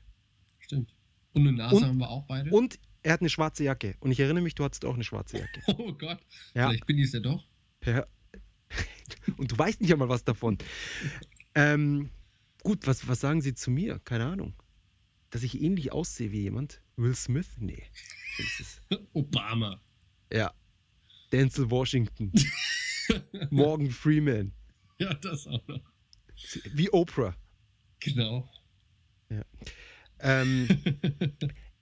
A: Stimmt. Und eine Nase
B: Und-
A: haben wir auch beide.
B: Und er hat eine schwarze Jacke. Und ich erinnere mich, du hattest auch eine schwarze Jacke.
A: Oh Gott.
B: Ja.
A: Vielleicht bin ich es ja doch.
B: Per und du weißt nicht einmal was davon. Ähm, gut, was, was sagen sie zu mir? Keine Ahnung. Dass ich ähnlich aussehe wie jemand? Will Smith? Nee. Das ist,
A: Obama.
B: Ja. Denzel Washington. Morgan Freeman.
A: Ja, das auch noch.
B: Wie Oprah.
A: Genau.
B: Ähm,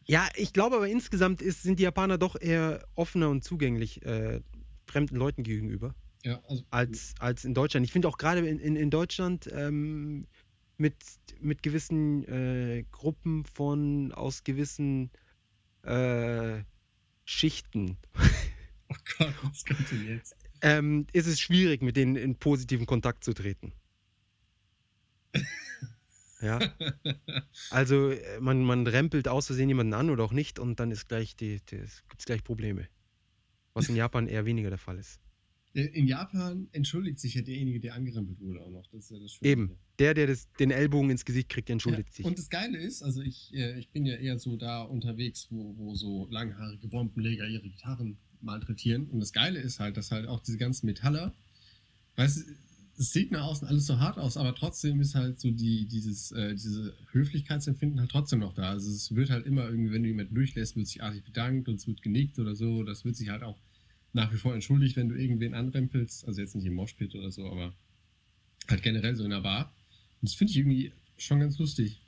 B: ja, ich glaube aber insgesamt ist, sind die Japaner doch eher offener und zugänglich äh, fremden Leuten gegenüber
A: Ja, also
B: als, als in Deutschland. Ich finde auch gerade in, in, in Deutschland ähm, mit, mit gewissen äh, Gruppen von aus gewissen äh, Schichten
A: Oh Gott, was kommt denn jetzt?
B: ähm, ist es schwierig, mit denen in positiven Kontakt zu treten. ja. Also äh, man, man rempelt aus Versehen jemanden an oder auch nicht und dann ist gleich die, die gibt es gleich Probleme. Was in Japan eher weniger der Fall ist.
A: In Japan entschuldigt sich ja derjenige, der angerempelt wurde, auch noch. Das ist ja das Schöne.
B: Eben. Der, der das, den Ellbogen ins Gesicht kriegt, der entschuldigt
A: ja,
B: sich.
A: Und das Geile ist, also ich, äh, ich bin ja eher so da unterwegs, wo, wo so langhaarige Bombenleger ihre Gitarren malträtieren. Und das Geile ist halt, dass halt auch diese ganzen Metaller, weißt du, es sieht nach außen alles so hart aus, aber trotzdem ist halt so die, dieses, äh, diese Höflichkeitsempfinden halt trotzdem noch da. Also es wird halt immer irgendwie, wenn du jemanden durchlässt, wird sich artig bedankt und es wird genickt oder so. Das wird sich halt auch nach wie vor entschuldigt, wenn du irgendwen anrempelst. Also jetzt nicht im Moshpit oder so, aber halt generell so in der Bar. Und das finde ich irgendwie schon ganz lustig.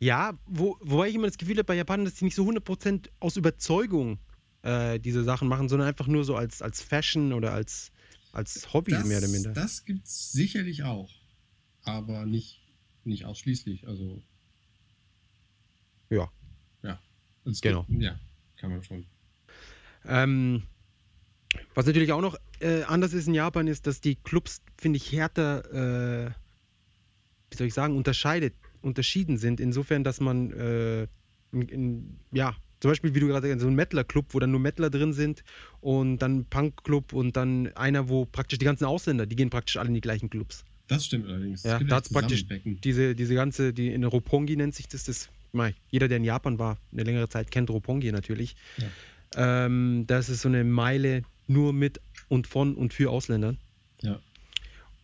B: Ja, wo, wobei ich immer das Gefühl habe bei Japanern, dass die nicht so 100% aus Überzeugung äh, diese Sachen machen, sondern einfach nur so als, als Fashion oder als, als Hobby
A: das,
B: mehr oder minder.
A: Das gibt es sicherlich auch. Aber nicht, nicht ausschließlich. Also.
B: Ja.
A: Ja. Es
B: Genau.
A: Gibt, ja, kann man schon.
B: Ähm, was natürlich auch noch äh, anders ist in Japan, ist, dass die Clubs, finde ich, härter, äh, wie soll ich sagen, unterscheidet, unterschieden sind. Insofern, dass man, äh, in, in, ja, zum Beispiel, wie du gerade sagst, so ein Mettler-Club, wo dann nur Mettler drin sind und dann ein Punk-Club und dann einer, wo praktisch die ganzen Ausländer, die gehen praktisch alle in die gleichen Clubs.
A: Das stimmt allerdings.
B: Ja, da hat's praktisch-
A: Becken.
B: Diese, diese ganze, die in Roppongi nennt sich das, das mei, jeder, der in Japan war, eine längere Zeit kennt Roppongi natürlich. Ähm, das ist so eine Meile nur mit und von und für Ausländern.
A: Ja.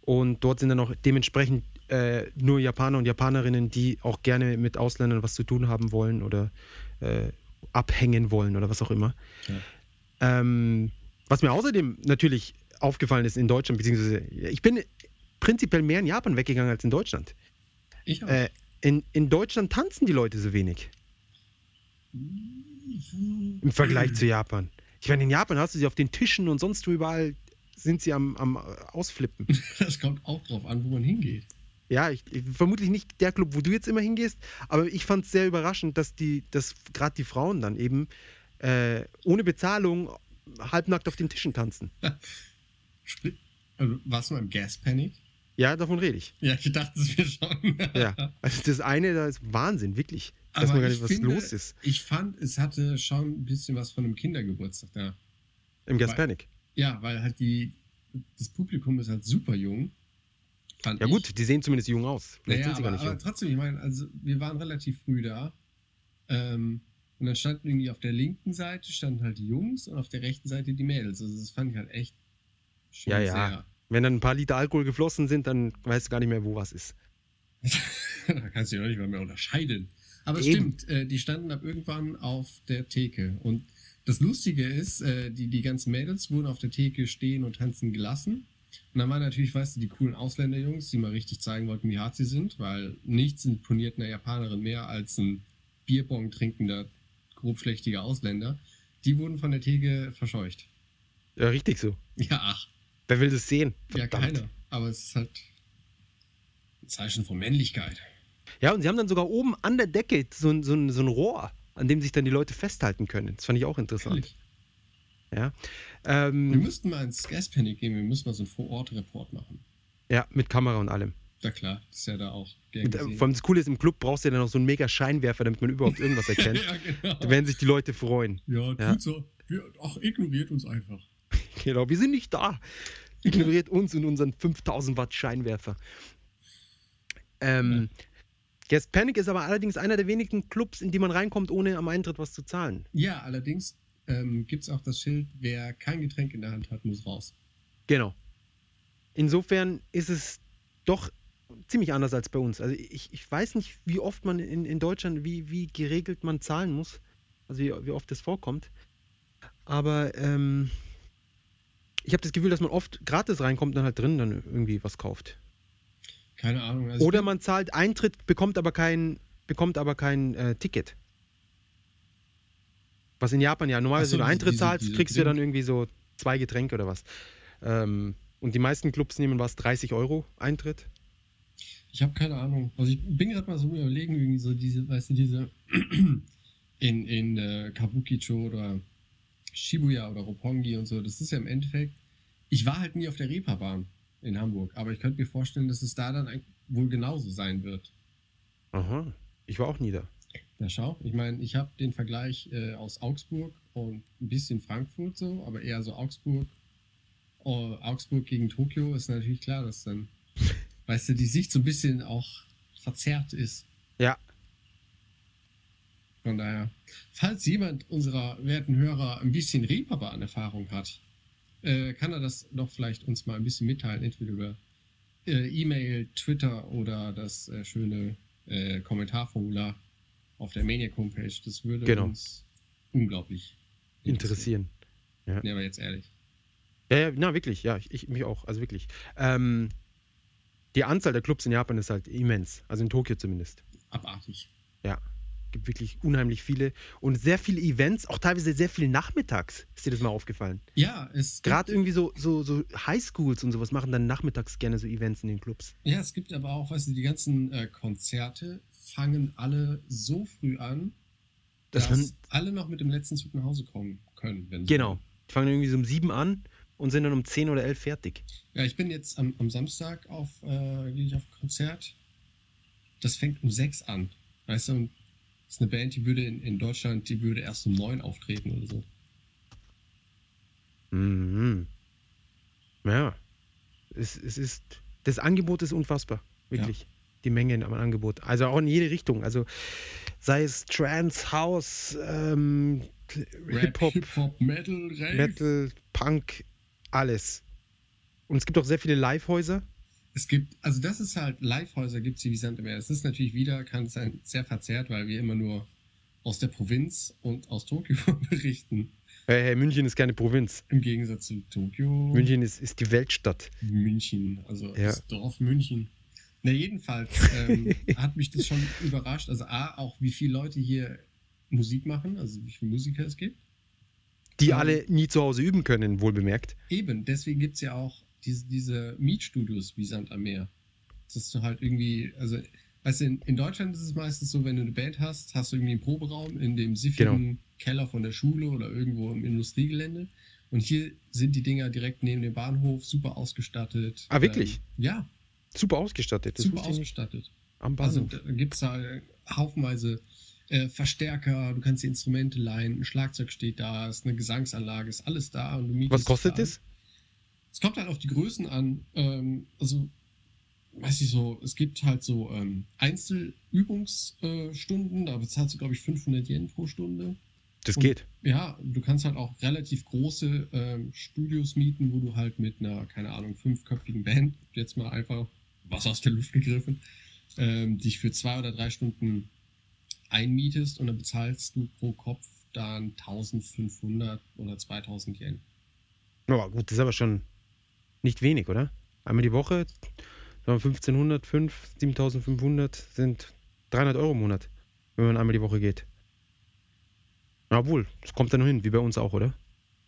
B: Und dort sind dann auch dementsprechend äh, nur Japaner und Japanerinnen, die auch gerne mit Ausländern was zu tun haben wollen oder äh, abhängen wollen oder was auch immer. Ähm, was mir außerdem natürlich aufgefallen ist in Deutschland, beziehungsweise ich bin prinzipiell mehr in Japan weggegangen als in Deutschland.
A: Ich auch.
B: Äh, in, in Deutschland tanzen die Leute so wenig im Vergleich zu Japan. Ich meine, in Japan hast du sie auf den Tischen und sonst wo überall sind sie am, am äh, Ausflippen.
A: Das kommt auch drauf an, wo man hingeht.
B: Ja, ich, ich, vermutlich nicht der Club, wo du jetzt immer hingehst, aber ich fand es sehr überraschend, dass die, dass gerade die Frauen dann eben äh, ohne Bezahlung halbnackt auf den Tischen tanzen.
A: Spli- Also, warst du mal im Gas Panic?
B: Ja, davon rede ich.
A: Ja, ich dachte es mir schon.
B: Ja. Also das eine, da ist Wahnsinn, wirklich. Dass
A: Aber
B: man gar
A: ich
B: nicht, was
A: finde,
B: los ist
A: Ich fand, es hatte schon ein bisschen was von einem Kindergeburtstag da.
B: im
A: weil-
B: Gaspanic.
A: Ja, weil halt die, das Publikum ist halt super jung. Fand
B: Ja
A: ich.
B: gut, die sehen zumindest jung aus. Vielleicht
A: Naja,
B: sind sie gar
A: aber,
B: nicht
A: aber
B: jung.
A: trotzdem, ich meine, also wir waren relativ früh da. Ähm, und dann standen irgendwie auf der linken Seite standen halt die Jungs und auf der rechten Seite die Mädels. Also das fand ich halt echt schon
B: Ja, ja. Wenn dann ein paar Liter Alkohol geflossen sind, dann weißt du gar nicht mehr, wo was ist.
A: sehr. da kannst du ja nicht mal mehr unterscheiden. Aber es
B: Eben.
A: stimmt, äh, die standen ab irgendwann auf der Theke. Und das Lustige ist, äh, die, die ganzen Mädels wurden auf der Theke stehen und tanzen gelassen. Und dann waren natürlich, weißt du, die coolen Ausländerjungs, die mal richtig zeigen wollten, wie hart sie sind, weil nichts imponiert einer Japanerin mehr als ein Bierbong trinkender, grobschlächtiger Ausländer. Die wurden von der Theke verscheucht.
B: Ja, richtig so.
A: Ja, ach,
B: Wer will das sehen?
A: ja, keiner. Aber es ist halt ein Zeichen von Männlichkeit.
B: Ja, und sie haben dann sogar oben an der Decke so ein, so ein, so ein Rohr, an dem sich dann die Leute festhalten können. Das fand ich auch interessant.
A: Ehrlich.
B: Ja.
A: Wir
B: Ähm,
A: müssten mal ins Gaspanic gehen, wir müssen mal so einen Vor-Ort-Report machen.
B: ja, mit Kamera und allem.
A: Ja klar, das ist ja da auch gern
B: Mit, äh,
A: gesehen.
B: vor allem das Coole ist, im Club brauchst du ja dann noch so einen mega Scheinwerfer, damit man überhaupt irgendwas erkennt.
A: ja, genau.
B: Da werden sich die Leute freuen.
A: Ja,
B: Ja.
A: tut so. Wir, ach, ignoriert uns einfach.
B: Genau, wir sind nicht da. Ignoriert uns und unseren 5000 Watt Scheinwerfer. Ähm, Yes Panic ist aber allerdings einer der wenigen Clubs, in die man reinkommt, ohne am Eintritt was zu zahlen.
A: Ja, allerdings ähm, gibt es auch das Schild, wer kein Getränk in der Hand hat, muss raus.
B: Genau. Insofern ist es doch ziemlich anders als bei uns. Also ich, ich weiß nicht, wie oft man in, in Deutschland, wie, wie geregelt man zahlen muss. Also wie, wie oft das vorkommt. Aber ähm, ich habe das Gefühl, dass man oft gratis reinkommt und dann halt drin dann irgendwie was kauft.
A: Keine Ahnung. also ich
B: Oder
A: bin-
B: man zahlt Eintritt, bekommt aber kein, bekommt aber kein äh, Ticket. Was in Japan ja
A: Ach
B: normalerweise,
A: so,
B: wenn du
A: diese-
B: Eintritt
A: diese-
B: zahlst,
A: diese
B: kriegst du ja dann
A: Drink-
B: irgendwie so zwei Getränke oder was. Ähm, und die meisten Clubs nehmen was, 30 Euro Eintritt.
A: Ich habe keine Ahnung. Also ich bin gerade mal so am überlegen, irgendwie so diese, weißt du, diese in, in äh, Kabukicho oder Shibuya oder Roppongi und so. Das ist ja im Endeffekt, ich war halt nie auf der Reeperbahn in Hamburg, aber ich könnte mir vorstellen, dass es da dann ein, wohl genauso sein wird.
B: Aha, ich war auch nie da.
A: Na schau, ich meine, ich habe den Vergleich äh, aus Augsburg und ein bisschen Frankfurt so, aber eher so Augsburg. Oh, Augsburg gegen Tokio ist natürlich klar, dass dann, weißt du, die Sicht so ein bisschen auch verzerrt ist.
B: Ja.
A: Von daher, falls jemand unserer werten Hörer ein bisschen Reeperbahn-Erfahrung hat, äh, kann er das doch vielleicht uns mal ein bisschen mitteilen, entweder über äh, E-Mail, Twitter oder das äh, schöne äh, Kommentarformular auf der Maniac-Homepage. Das würde
B: Genau.
A: uns unglaublich
B: Interessieren.
A: Nee, aber jetzt ehrlich.
B: Ja, ja, na wirklich, ja, ich, ich mich auch, also wirklich. Ähm, die Anzahl der Clubs in Japan ist halt immens, also in Tokio zumindest.
A: Abartig.
B: Ja, gibt wirklich unheimlich viele und sehr viele Events, auch teilweise sehr viel nachmittags. Ist dir das mal aufgefallen?
A: Ja, es gibt,
B: Gerade irgendwie so, so, so Highschools und sowas machen dann nachmittags gerne so Events in den Clubs.
A: ja, es gibt aber auch, weißt du, die ganzen äh, Konzerte fangen alle so früh an,
B: Dass
A: dass
B: man,
A: alle noch mit dem letzten Zug nach Hause kommen können. Wenn sie
B: genau. Die fangen irgendwie so um sieben an und sind dann um zehn oder elf fertig.
A: Ja, ich bin jetzt am, am Samstag auf, äh, gehe ich auf Konzert. Das fängt um sechs an. Weißt du, und das ist eine Band, die würde in, in Deutschland, die würde erst um neun auftreten oder so.
B: Mhm. Ja. Es, es ist. Das Angebot ist unfassbar. Wirklich. Die Menge am Angebot. Also auch in jede Richtung. Also sei es Trance, House, ähm,
A: Rap,
B: Hip-Hop,
A: Hip-Hop, Metal, Rave.
B: Metal, Punk, alles. Und es gibt auch sehr viele Livehäuser.
A: Es gibt, also das ist halt, Livehäuser gibt es wie Sand im Meer. Es ist natürlich wieder, kann sein, sehr verzerrt, weil wir immer nur aus der Provinz und aus Tokio berichten.
B: Hey, hey, München ist keine Provinz.
A: Im Gegensatz zu Tokio.
B: München ist, ist die Weltstadt.
A: München, also
B: Ja.
A: das Dorf München. Na, jedenfalls ähm, hat mich das schon überrascht. Also, A, auch wie viele Leute hier Musik machen, also wie viele Musiker es gibt.
B: Die
A: Ähm.
B: alle nie zu Hause üben können, wohlbemerkt.
A: Eben, deswegen gibt es ja auch diese, diese Mietstudios wie Sand am Meer. Dass du halt irgendwie, also, weißt du, in, in Deutschland ist es meistens so, wenn du eine Band hast, hast du irgendwie einen Proberaum in dem siffigen
B: Genau.
A: Keller von der Schule oder irgendwo im Industriegelände. Und hier sind die Dinger direkt neben dem Bahnhof, super ausgestattet.
B: Ah, wirklich?
A: Ähm, ja,
B: Super ausgestattet. Das
A: super
B: wusste ich nicht.
A: ausgestattet.
B: Am
A: Also
B: Bahnhof.
A: da gibt es da haufenweise äh, Verstärker, du kannst die Instrumente leihen, ein Schlagzeug steht da, ist eine Gesangsanlage, ist alles da. Und du mietest
B: Was kostet
A: da an.
B: das?
A: Es kommt halt auf die Größen an. Ähm, also, weiß ich so, es gibt halt so ähm, Einzelübungsstunden, da bezahlst du, glaube ich, 500 Yen pro Stunde.
B: Das
A: Und-
B: geht.
A: Ja, du kannst halt auch relativ große ähm, Studios mieten, wo du halt mit einer, keine Ahnung, fünfköpfigen Band, jetzt mal einfach was aus der Luft gegriffen, ähm, dich für zwei oder drei Stunden einmietest und dann bezahlst du pro Kopf dann 1500 oder 2000 Yen.
B: Ja, gut, das ist aber schon nicht wenig, oder? Einmal die Woche, sagen wir 1500, 5, 7500 sind 300 Euro im Monat, wenn man einmal die Woche geht. Na, Obwohl, das kommt dann noch hin, wie bei uns auch, oder?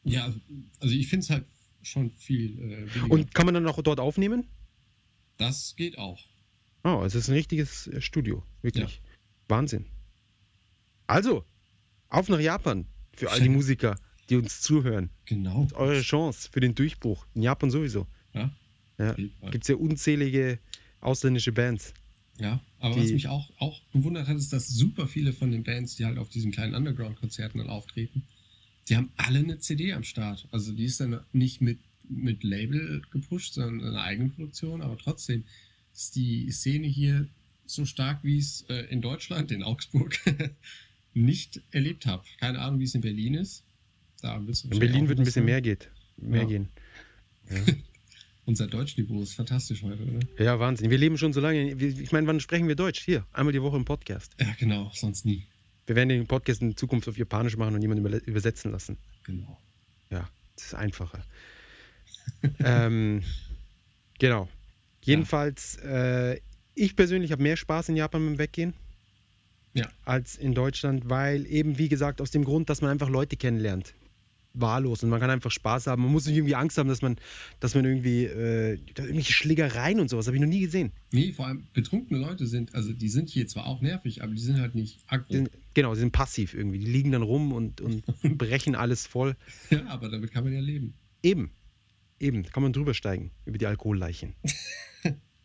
A: Ja, also ich finde es halt schon viel äh, billiger.
B: Und kann man dann auch dort aufnehmen?
A: das geht auch.
B: Oh, es ist ein richtiges äh, Studio, wirklich. Wahnsinn. Also, auf nach Japan für all die Musiker, die uns zuhören.
A: Genau.
B: Eure Chance für den Durchbruch. In Japan sowieso.
A: Ja.
B: Ja. Gibt es ja unzählige ausländische Bands.
A: Ja, aber was
B: Die-
A: mich auch, auch gewundert hat, ist, dass super viele von den Bands, die halt auf diesen kleinen Underground-Konzerten dann auftreten, Die haben alle eine CD am Start. Also die ist dann nicht mit, mit Label gepusht, sondern eine Eigenproduktion, aber trotzdem ist die Szene hier so stark, wie ich es äh, in Deutschland, in Augsburg, nicht erlebt habe. Keine Ahnung, wie es in Berlin ist. Da wirst du
B: In
A: wahrscheinlich
B: Berlin
A: auch
B: wird ein bisschen mehr, geht, mehr
A: Ja.
B: gehen.
A: Unser Deutschniveau ist fantastisch heute, oder?
B: Ja, Wahnsinn. Wir leben schon so lange. in- Ich meine, wann sprechen wir Deutsch? Hier, einmal die Woche im Podcast.
A: Ja, genau, sonst nie.
B: Wir werden den Podcast in Zukunft auf Japanisch machen und jemanden überle- übersetzen lassen.
A: Genau.
B: Ja, das ist einfacher. ähm, genau. Jedenfalls, äh, ich persönlich habe mehr Spaß in Japan beim Weggehen
A: Ja.
B: als in Deutschland, weil eben, wie gesagt, aus dem Grund, dass man einfach Leute kennenlernt. Wahllos und man kann einfach Spaß haben. Man muss nicht irgendwie Angst haben, dass man, dass man irgendwie äh, irgendwelche Schlägereien und sowas habe ich noch nie gesehen.
A: Nee, vor allem betrunkene Leute sind, also die sind hier zwar auch nervig, aber die sind halt nicht
B: Die
A: aggro.
B: sind, genau, die sind passiv irgendwie. Die liegen dann rum und, und brechen alles voll.
A: Ja, aber damit kann man ja leben.
B: Eben, eben, da kann man drüber steigen über die Alkoholleichen.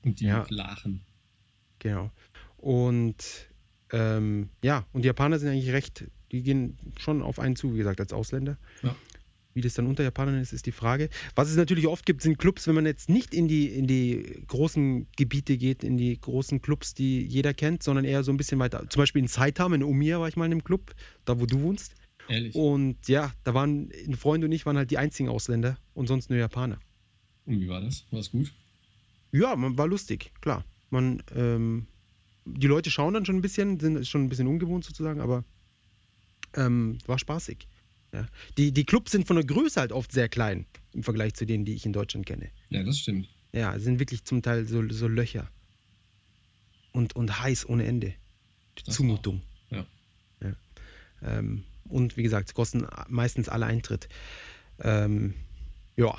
A: Und die
B: Ja.
A: lachen.
B: Genau. Und ähm, ja, und die Japaner sind eigentlich recht, die gehen schon auf einen zu, wie gesagt, als Ausländer.
A: Ja.
B: Wie das dann unter Japanern ist, ist die Frage. Was es natürlich oft gibt, sind Clubs, wenn man jetzt nicht in die, in die großen Gebiete geht, in die großen Clubs, die jeder kennt, sondern eher so ein bisschen weiter. Zum Beispiel in Saitama, in Omiya war ich mal in einem Club, da wo du wohnst.
A: Ehrlich.
B: Und ja, da waren ein Freund und ich waren halt die einzigen Ausländer und sonst nur Japaner.
A: Und wie war das? War es gut?
B: Ja, man war lustig, klar. Man, ähm, die Leute schauen dann schon ein bisschen, sind ist schon ein bisschen ungewohnt sozusagen, aber ähm, war spaßig. Ja. Die, die Clubs sind von der Größe halt oft sehr klein im Vergleich zu denen, die ich in Deutschland kenne.
A: Ja, das stimmt.
B: Ja, es sind wirklich zum Teil so, so Löcher. Und, und heiß ohne Ende.
A: Das
B: Zumutung.
A: auch, ja.
B: Ja. Ähm, und wie gesagt, es kosten meistens alle Eintritt. Ähm, ja,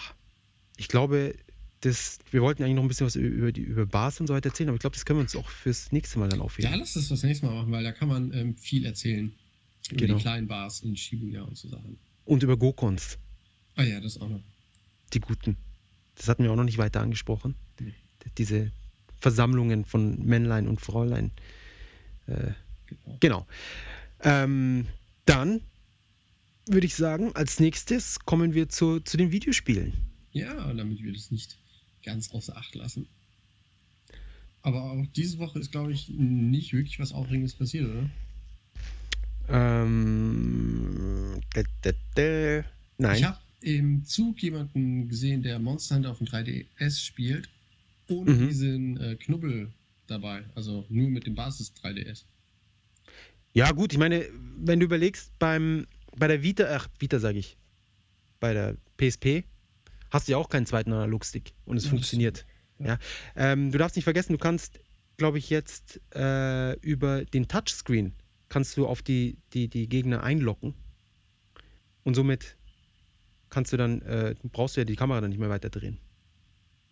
B: ich glaube, das, wir wollten eigentlich noch ein bisschen was ü- über, die, über Bars und so weiter erzählen, aber ich glaube, das können wir uns auch fürs nächste Mal dann
A: Ja,
B: aufheben.
A: lass das das nächste Mal machen, weil da kann man ähm, viel erzählen. Über
B: Genau.
A: die kleinen Bars in Shibuya und so Sachen.
B: Und über Gokons,
A: Ah ja, das auch noch.
B: die guten. Das hatten wir auch noch nicht weiter angesprochen.
A: Nee.
B: D- Diese Versammlungen von Männlein und Fräulein. Äh,
A: Genau.
B: Genau. Ähm, dann würde ich sagen, als nächstes kommen wir zu, zu den Videospielen.
A: Ja, damit wir das nicht ganz außer Acht lassen. Aber auch diese Woche ist, glaube ich, nicht wirklich was Aufregendes passiert, oder?
B: Ähm, dä, dä, dä.
A: Ich
B: Nein.
A: habe im Zug jemanden gesehen, der Monster Hunter auf dem 3DS spielt, ohne
B: Mhm.
A: diesen äh, Knubbel dabei. Also nur mit dem Basis 3DS.
B: Ja, gut, ich meine, wenn du überlegst, beim, bei der Vita, ach, Vita sage ich, bei der PSP, hast du ja auch keinen zweiten Analogstick und es
A: Ja, das
B: funktioniert.
A: stimmt,
B: Ja. Ähm, du darfst nicht vergessen, du kannst, glaube ich, jetzt äh, über den Touchscreen kannst du auf die, die, die Gegner einlocken und somit kannst du dann, äh, brauchst du ja die Kamera dann nicht mehr weiter drehen,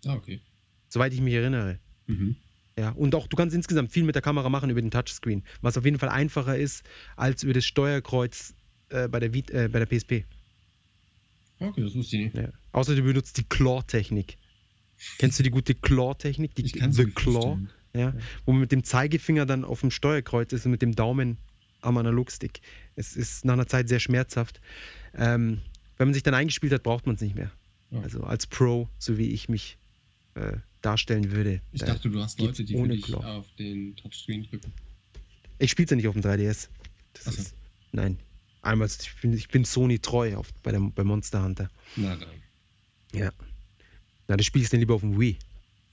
A: Ah, okay.
B: soweit ich mich erinnere.
A: Mhm.
B: Ja, und auch du kannst insgesamt viel mit der Kamera machen über den Touchscreen, was auf jeden Fall einfacher ist als über das Steuerkreuz äh, bei, der Vit- äh, bei der PSP.
A: Ah, Okay, das wusste ich nicht.
B: Ja. Außer du benutzt die Claw-Technik. Kennst du die gute Claw-Technik? Die
A: Ich kann's
B: The
A: mir
B: Claw,
A: vorstellen.
B: ja, wo man mit dem Zeigefinger dann auf dem Steuerkreuz ist und mit dem Daumen am Analogstick. Es ist nach einer Zeit sehr schmerzhaft. Ähm, wenn man sich dann eingespielt hat, braucht man es nicht mehr.
A: Ja.
B: Also als Pro, so wie ich mich äh, darstellen würde.
A: Ich
B: Äh,
A: dachte, du hast
B: geht's
A: Leute, die für
B: ohne
A: dich
B: Claw.
A: auf den Touchscreen drücken.
B: Ich spiele ja nicht auf dem 3DS. Das
A: Ach so.
B: ist, nein. Einmal, ich bin, ich bin Sony treu auf, bei, der, bei Monster Hunter.
A: Na dann.
B: Ja. Na, das spiele ich dann lieber auf dem Wii.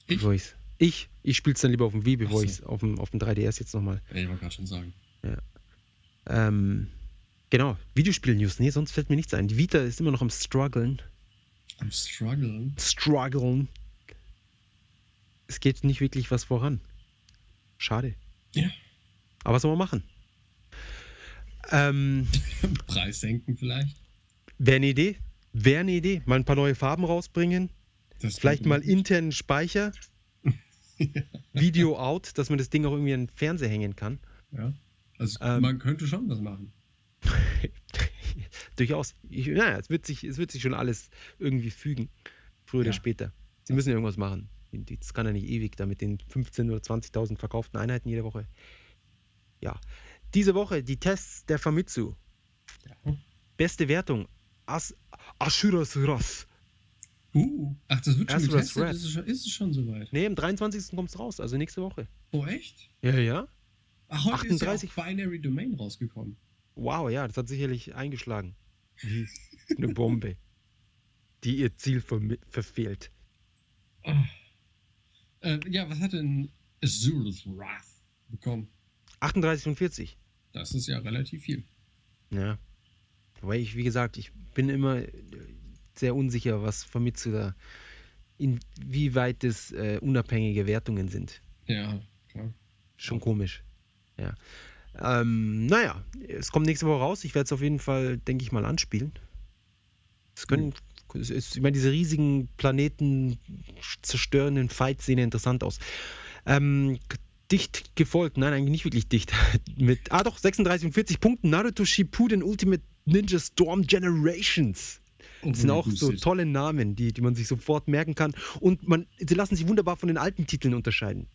A: Ich?
B: Bevor ich's, ich ich spiele es dann lieber auf dem Wii, bevor
A: so.
B: ich es auf dem, auf dem 3DS jetzt nochmal.
A: Ja, Ich wollte gerade schon sagen.
B: Ähm, genau, Videospiel-News. Nee, sonst fällt mir nichts ein. Die Vita ist immer noch am Struggeln.
A: Am Struggeln.
B: Struggeln. Es geht nicht wirklich was voran. Schade.
A: Ja.
B: Aber was soll man machen? Ähm,
A: Preis senken vielleicht.
B: Wäre eine Idee. Wäre eine Idee. Mal ein paar neue Farben rausbringen.
A: Das
B: Vielleicht
A: klingt
B: mal
A: gut.
B: internen Speicher. Video out, dass man das Ding auch irgendwie an den Fernseher hängen kann.
A: Ja. Also
B: Ähm.
A: man könnte schon was machen.
B: Durchaus. Ich, naja, es wird, sich, es wird sich schon alles irgendwie fügen. Früher
A: Ja.
B: oder später. Sie müssen irgendwas machen. Das kann ja nicht ewig da mit den 15.000 oder 20.000 verkauften Einheiten jede Woche. Ja. Diese Woche die Tests der Famitsu.
A: Ja.
B: Beste Wertung. As Ashuras Ras.
A: Uh, ach, das wird schon
B: Erst was
A: getestet?
B: Red.
A: Ist es schon, ist es schon soweit?
B: Nee, am 23. kommt's raus, also nächste Woche.
A: Oh, echt?
B: Ja, ja.
A: Ach, heute ist
B: 38.
A: ja auch Binary Domain rausgekommen.
B: Wow, ja, das hat sicherlich eingeschlagen. Wie eine Bombe, die ihr Ziel vermi- verfehlt.
A: Äh, ja, was hat denn Azur's Wrath bekommen?
B: 38 und 40.
A: Das ist ja relativ viel.
B: Ja. Wobei ich, wie gesagt, ich bin immer äh, sehr unsicher, was vermitzt du da, inwieweit das äh, unabhängige Wertungen sind.
A: Ja, klar.
B: Schon komisch. Ja. Ähm, naja, es kommt nächste Woche raus. Ich werde es auf jeden Fall, denke ich mal, anspielen. Es können, es ist, ich meine, diese riesigen Planeten zerstörenden Fights sehen ja interessant aus. Ähm, k- dicht gefolgt, nein, eigentlich nicht wirklich dicht. Mit, ah doch, 36 und 40 Punkten. Naruto Shippuden Ultimate Ninja Storm Generations. Das sind auch so
A: Overboosted.
B: tolle Namen, die, die man sich sofort merken kann. Und man, sie lassen sich wunderbar von den alten Titeln unterscheiden.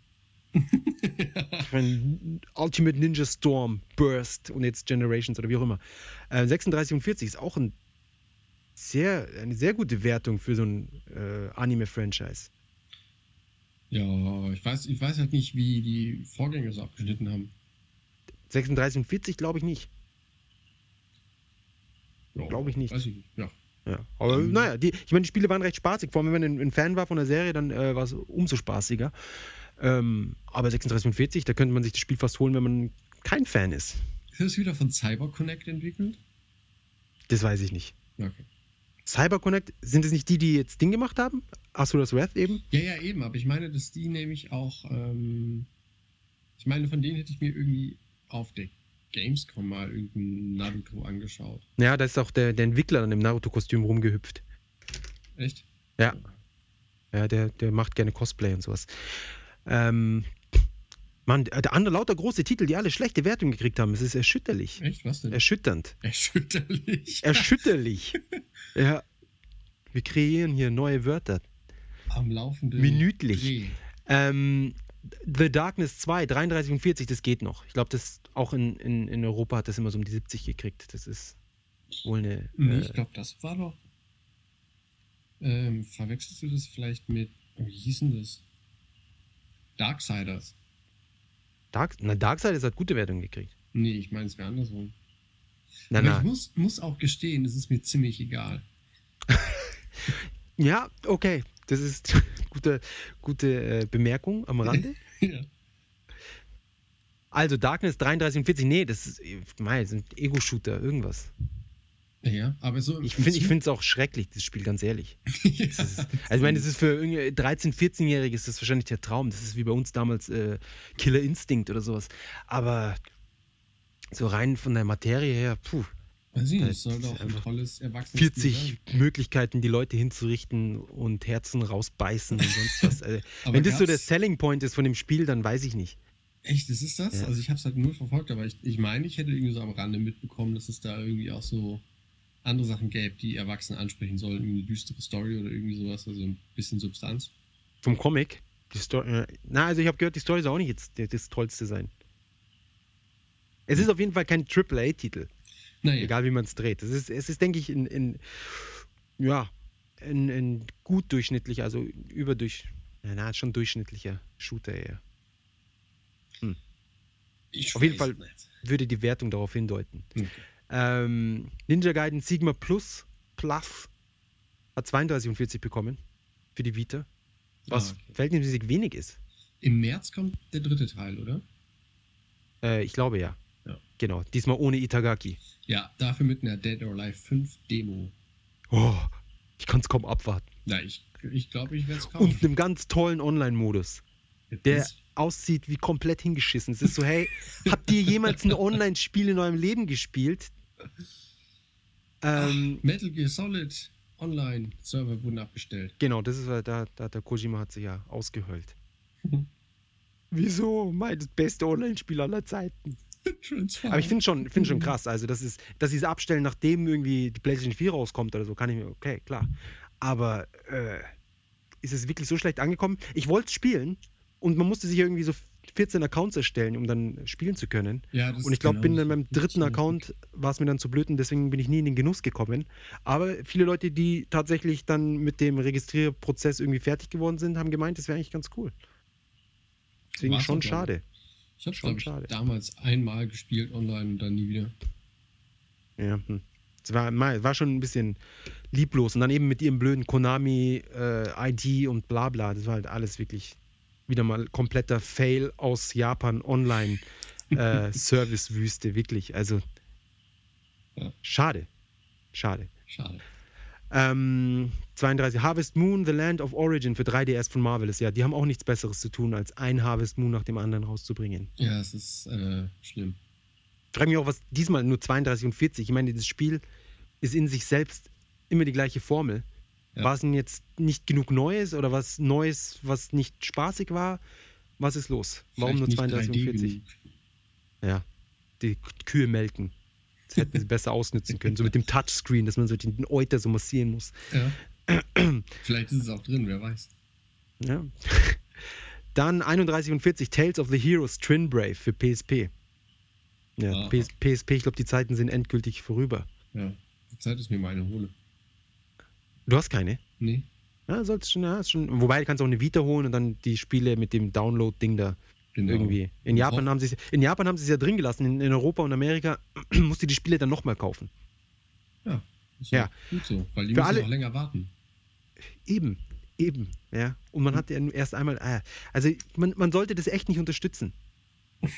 B: Ich meine, Ultimate Ninja Storm, Burst und jetzt Generations oder wie auch immer. Äh, 36 und 40 ist auch ein sehr, eine sehr gute Wertung für so ein äh, Anime-Franchise.
A: Ja, ich weiß, ich weiß halt nicht, wie die Vorgänger so abgeschnitten haben.
B: 36 und 40 glaube ich nicht.
A: Ja,
B: Glaube ich nicht.
A: Weiß ich nicht. Ja.
B: Ja. Aber
A: Mhm.
B: naja, die, ich meine, die Spiele waren recht spaßig. Vor allem, wenn man ein, ein Fan war von der Serie, dann äh, war es umso spaßiger. Ähm, aber 36 und 40, da könnte man sich das Spiel fast holen, wenn man kein Fan ist.
A: Ist das wieder von Cyber Connect entwickelt?
B: Das weiß ich nicht.
A: Okay.
B: CyberConnect, sind es nicht die, die jetzt Ding gemacht haben? Asuras Wrath eben?
A: Ja, ja, eben, aber ich meine, dass die nämlich auch, ähm, ich meine, von denen hätte ich mir irgendwie auf der Gamescom mal irgendein Naruto angeschaut.
B: Ja, da ist auch der, der Entwickler dann im Naruto-Kostüm rumgehüpft.
A: Echt?
B: Ja. Ja, der, der macht gerne Cosplay und sowas. Ähm, Mann, äh, der andere lauter große Titel, die alle schlechte Wertungen gekriegt haben. Es ist erschütterlich.
A: Echt? Was denn?
B: Erschütternd.
A: Erschütterlich.
B: Äh, Erschütterlich. ja. Wir kreieren hier neue Wörter.
A: Am laufenden.
B: Minütlich.
A: Dreh.
B: Ähm, The Darkness 2, 33 und 40, das geht noch. Ich glaube, das auch in, in, in Europa hat das immer so um die 70 gekriegt. Das ist wohl eine.
A: Nee,
B: äh,
A: ich glaube, das war doch. Ähm, verwechselst du das vielleicht mit. Wie hieß denn das? Darksiders.
B: Dark, na, Darkseid hat gute Wertungen gekriegt.
A: Nee, ich meine es wäre andersrum.
B: Na,
A: Aber ich
B: na.
A: muss, muss auch gestehen, es ist mir ziemlich egal.
B: Ja, okay. Das ist gute, gute äh, Bemerkung am Rande.
A: ja.
B: Also Darkness 33 und 40, nee, das ist, äh, mei, das sind Ego-Shooter, irgendwas.
A: ja, aber so. im-
B: Ich
A: im
B: finde es
A: Zug-
B: auch schrecklich, das Spiel, ganz ehrlich.
A: ja.
B: Das ist, also ich meine, das ist für irgendwie 13-, 14-Jährige ist das wahrscheinlich der Traum. Das ist wie bei uns damals äh, Killer Instinct oder sowas. Aber so rein von der Materie her, puh,
A: Weiß ich nicht,
B: das
A: es soll
B: ist
A: doch ein
B: einfach
A: tolles Erwachsenes.
B: 40 Möglichkeiten, die Leute hinzurichten und Herzen rausbeißen und sonst was. Also,
A: Aber
B: wenn das so der
A: gab's-
B: Selling Point ist von dem Spiel, dann weiß ich nicht.
A: Echt, das ist das?
B: Ja.
A: Also ich habe es halt nur verfolgt, aber ich, ich meine, ich hätte irgendwie so am Rande mitbekommen, dass es da irgendwie auch so andere Sachen gäbe, die Erwachsene ansprechen sollen. Irgendwie eine düstere Story oder irgendwie sowas, also ein bisschen Substanz.
B: Vom Comic. Die Story, äh, na, also ich habe gehört, die Story soll auch nicht jetzt der- das Tollste sein. Es ist auf jeden Fall kein AAA-Titel.
A: Naja,
B: egal wie man es dreht. Es ist, es ist denke ich, in, in ja, in, in gut durchschnittlich, also überdurch, na, na, schon durchschnittlicher Shooter eher.
A: ich
B: auf jeden
A: weiß
B: Fall- Würde die Wertung darauf hindeuten.
A: nicht.
B: Ähm, Ninja Gaiden Sigma Plus Plus hat 32 und 40 bekommen für die Vita, was
A: Ah, okay.
B: verhältnismäßig wenig ist.
A: Im März kommt der dritte Teil, oder?
B: Äh, ich glaube ja.
A: Ja.
B: Genau, diesmal ohne Itagaki.
A: Ja, dafür mit einer Dead or Alive 5 Demo.
B: Oh, ich kann es kaum abwarten.
A: Na, ich ich, glaube, ich werde es kaufen.
B: Und einem ganz tollen Online-Modus. der aussieht wie komplett hingeschissen. Es ist so, hey, habt ihr jemals ein Online-Spiel in eurem Leben gespielt? Ähm,
A: Metal Gear Solid Online Server wurden abgestellt.
B: genau, das ist äh, da, da der Kojima hat sich ja ausgeheult. Wieso? Mein das beste Online-Spiel aller Zeiten.
A: Transform.
B: Aber ich finde schon, finde schon krass, also das ist, dass sie es abstellen, nachdem irgendwie die PlayStation 4 rauskommt oder so, kann ich mir, okay, klar. Aber äh, ist es wirklich so schlecht angekommen? Ich wollte es spielen und man musste sich irgendwie so 14 Accounts erstellen, um dann spielen zu können.
A: Ja, das
B: Und
A: ist
B: ich glaube,
A: genau
B: bin
A: das.
B: dann beim dritten Account, war es mir dann zu blöd und deswegen bin ich nie in den Genuss gekommen. Aber viele Leute, die tatsächlich dann mit dem Registrierprozess irgendwie fertig geworden sind, haben gemeint, das wäre eigentlich ganz cool. Deswegen
A: War's
B: schon
A: auch, glaub ich.
B: schade.
A: Ich habe
B: Schon
A: schon
B: schade.
A: ich, damals einmal gespielt online und dann nie wieder.
B: Ja. hm. Es war, mal- war schon ein bisschen lieblos. Und dann eben mit ihrem blöden Konami-ID und bla bla. Das war halt alles wirklich wieder mal kompletter Fail aus Japan online äh, Servicewüste, wirklich. Also
A: Ja.
B: schade. Schade.
A: Schade.
B: Ähm, 32. Harvest Moon, The Land of Origin für 3DS von Marvelous. Ja, die haben auch nichts Besseres zu tun, als ein Harvest Moon nach dem anderen rauszubringen.
A: Ja, es ist äh, schlimm.
B: Ich frage mich auch, was diesmal nur 32 und 40. Ich meine, das Spiel ist in sich selbst immer die gleiche Formel.
A: Ja.
B: War es denn jetzt nicht genug Neues oder was Neues, was nicht spaßig war? Was ist los? Warum
A: Vielleicht
B: nur
A: nicht
B: 32 und
A: 3D
B: 40?
A: genug.
B: Ja, die Kühe melken. Das hätten sie besser ausnutzen können. So mit dem Touchscreen, dass man so den Euter so massieren muss.
A: Ja. Vielleicht ist es auch drin, wer weiß.
B: Ja. Dann 31 und 40, Tales of the Heroes Twin Brave für PSP. Ja,
A: Aha.
B: PS PSP, ich glaube, die Zeiten sind endgültig vorüber.
A: Ja. Zeit ist mir meine hole.
B: Du hast keine?
A: Nee.
B: Ja, solltest schon, ja, ist schon. Wobei, du kannst auch eine Vita holen und dann die Spiele mit dem Download-Ding da
A: Genau.
B: irgendwie. In
A: Ich
B: Japan
A: hoff-
B: haben sie in Japan haben sie es ja drin gelassen. In, in Europa und Amerika musst du die Spiele dann nochmal kaufen.
A: Ist
B: Ja.
A: Gut so, weil die
B: Für
A: müssen
B: alle-
A: noch länger warten.
B: Eben, eben, ja. Und man hat ja nur erst einmal, ah, also man, man sollte das echt nicht unterstützen.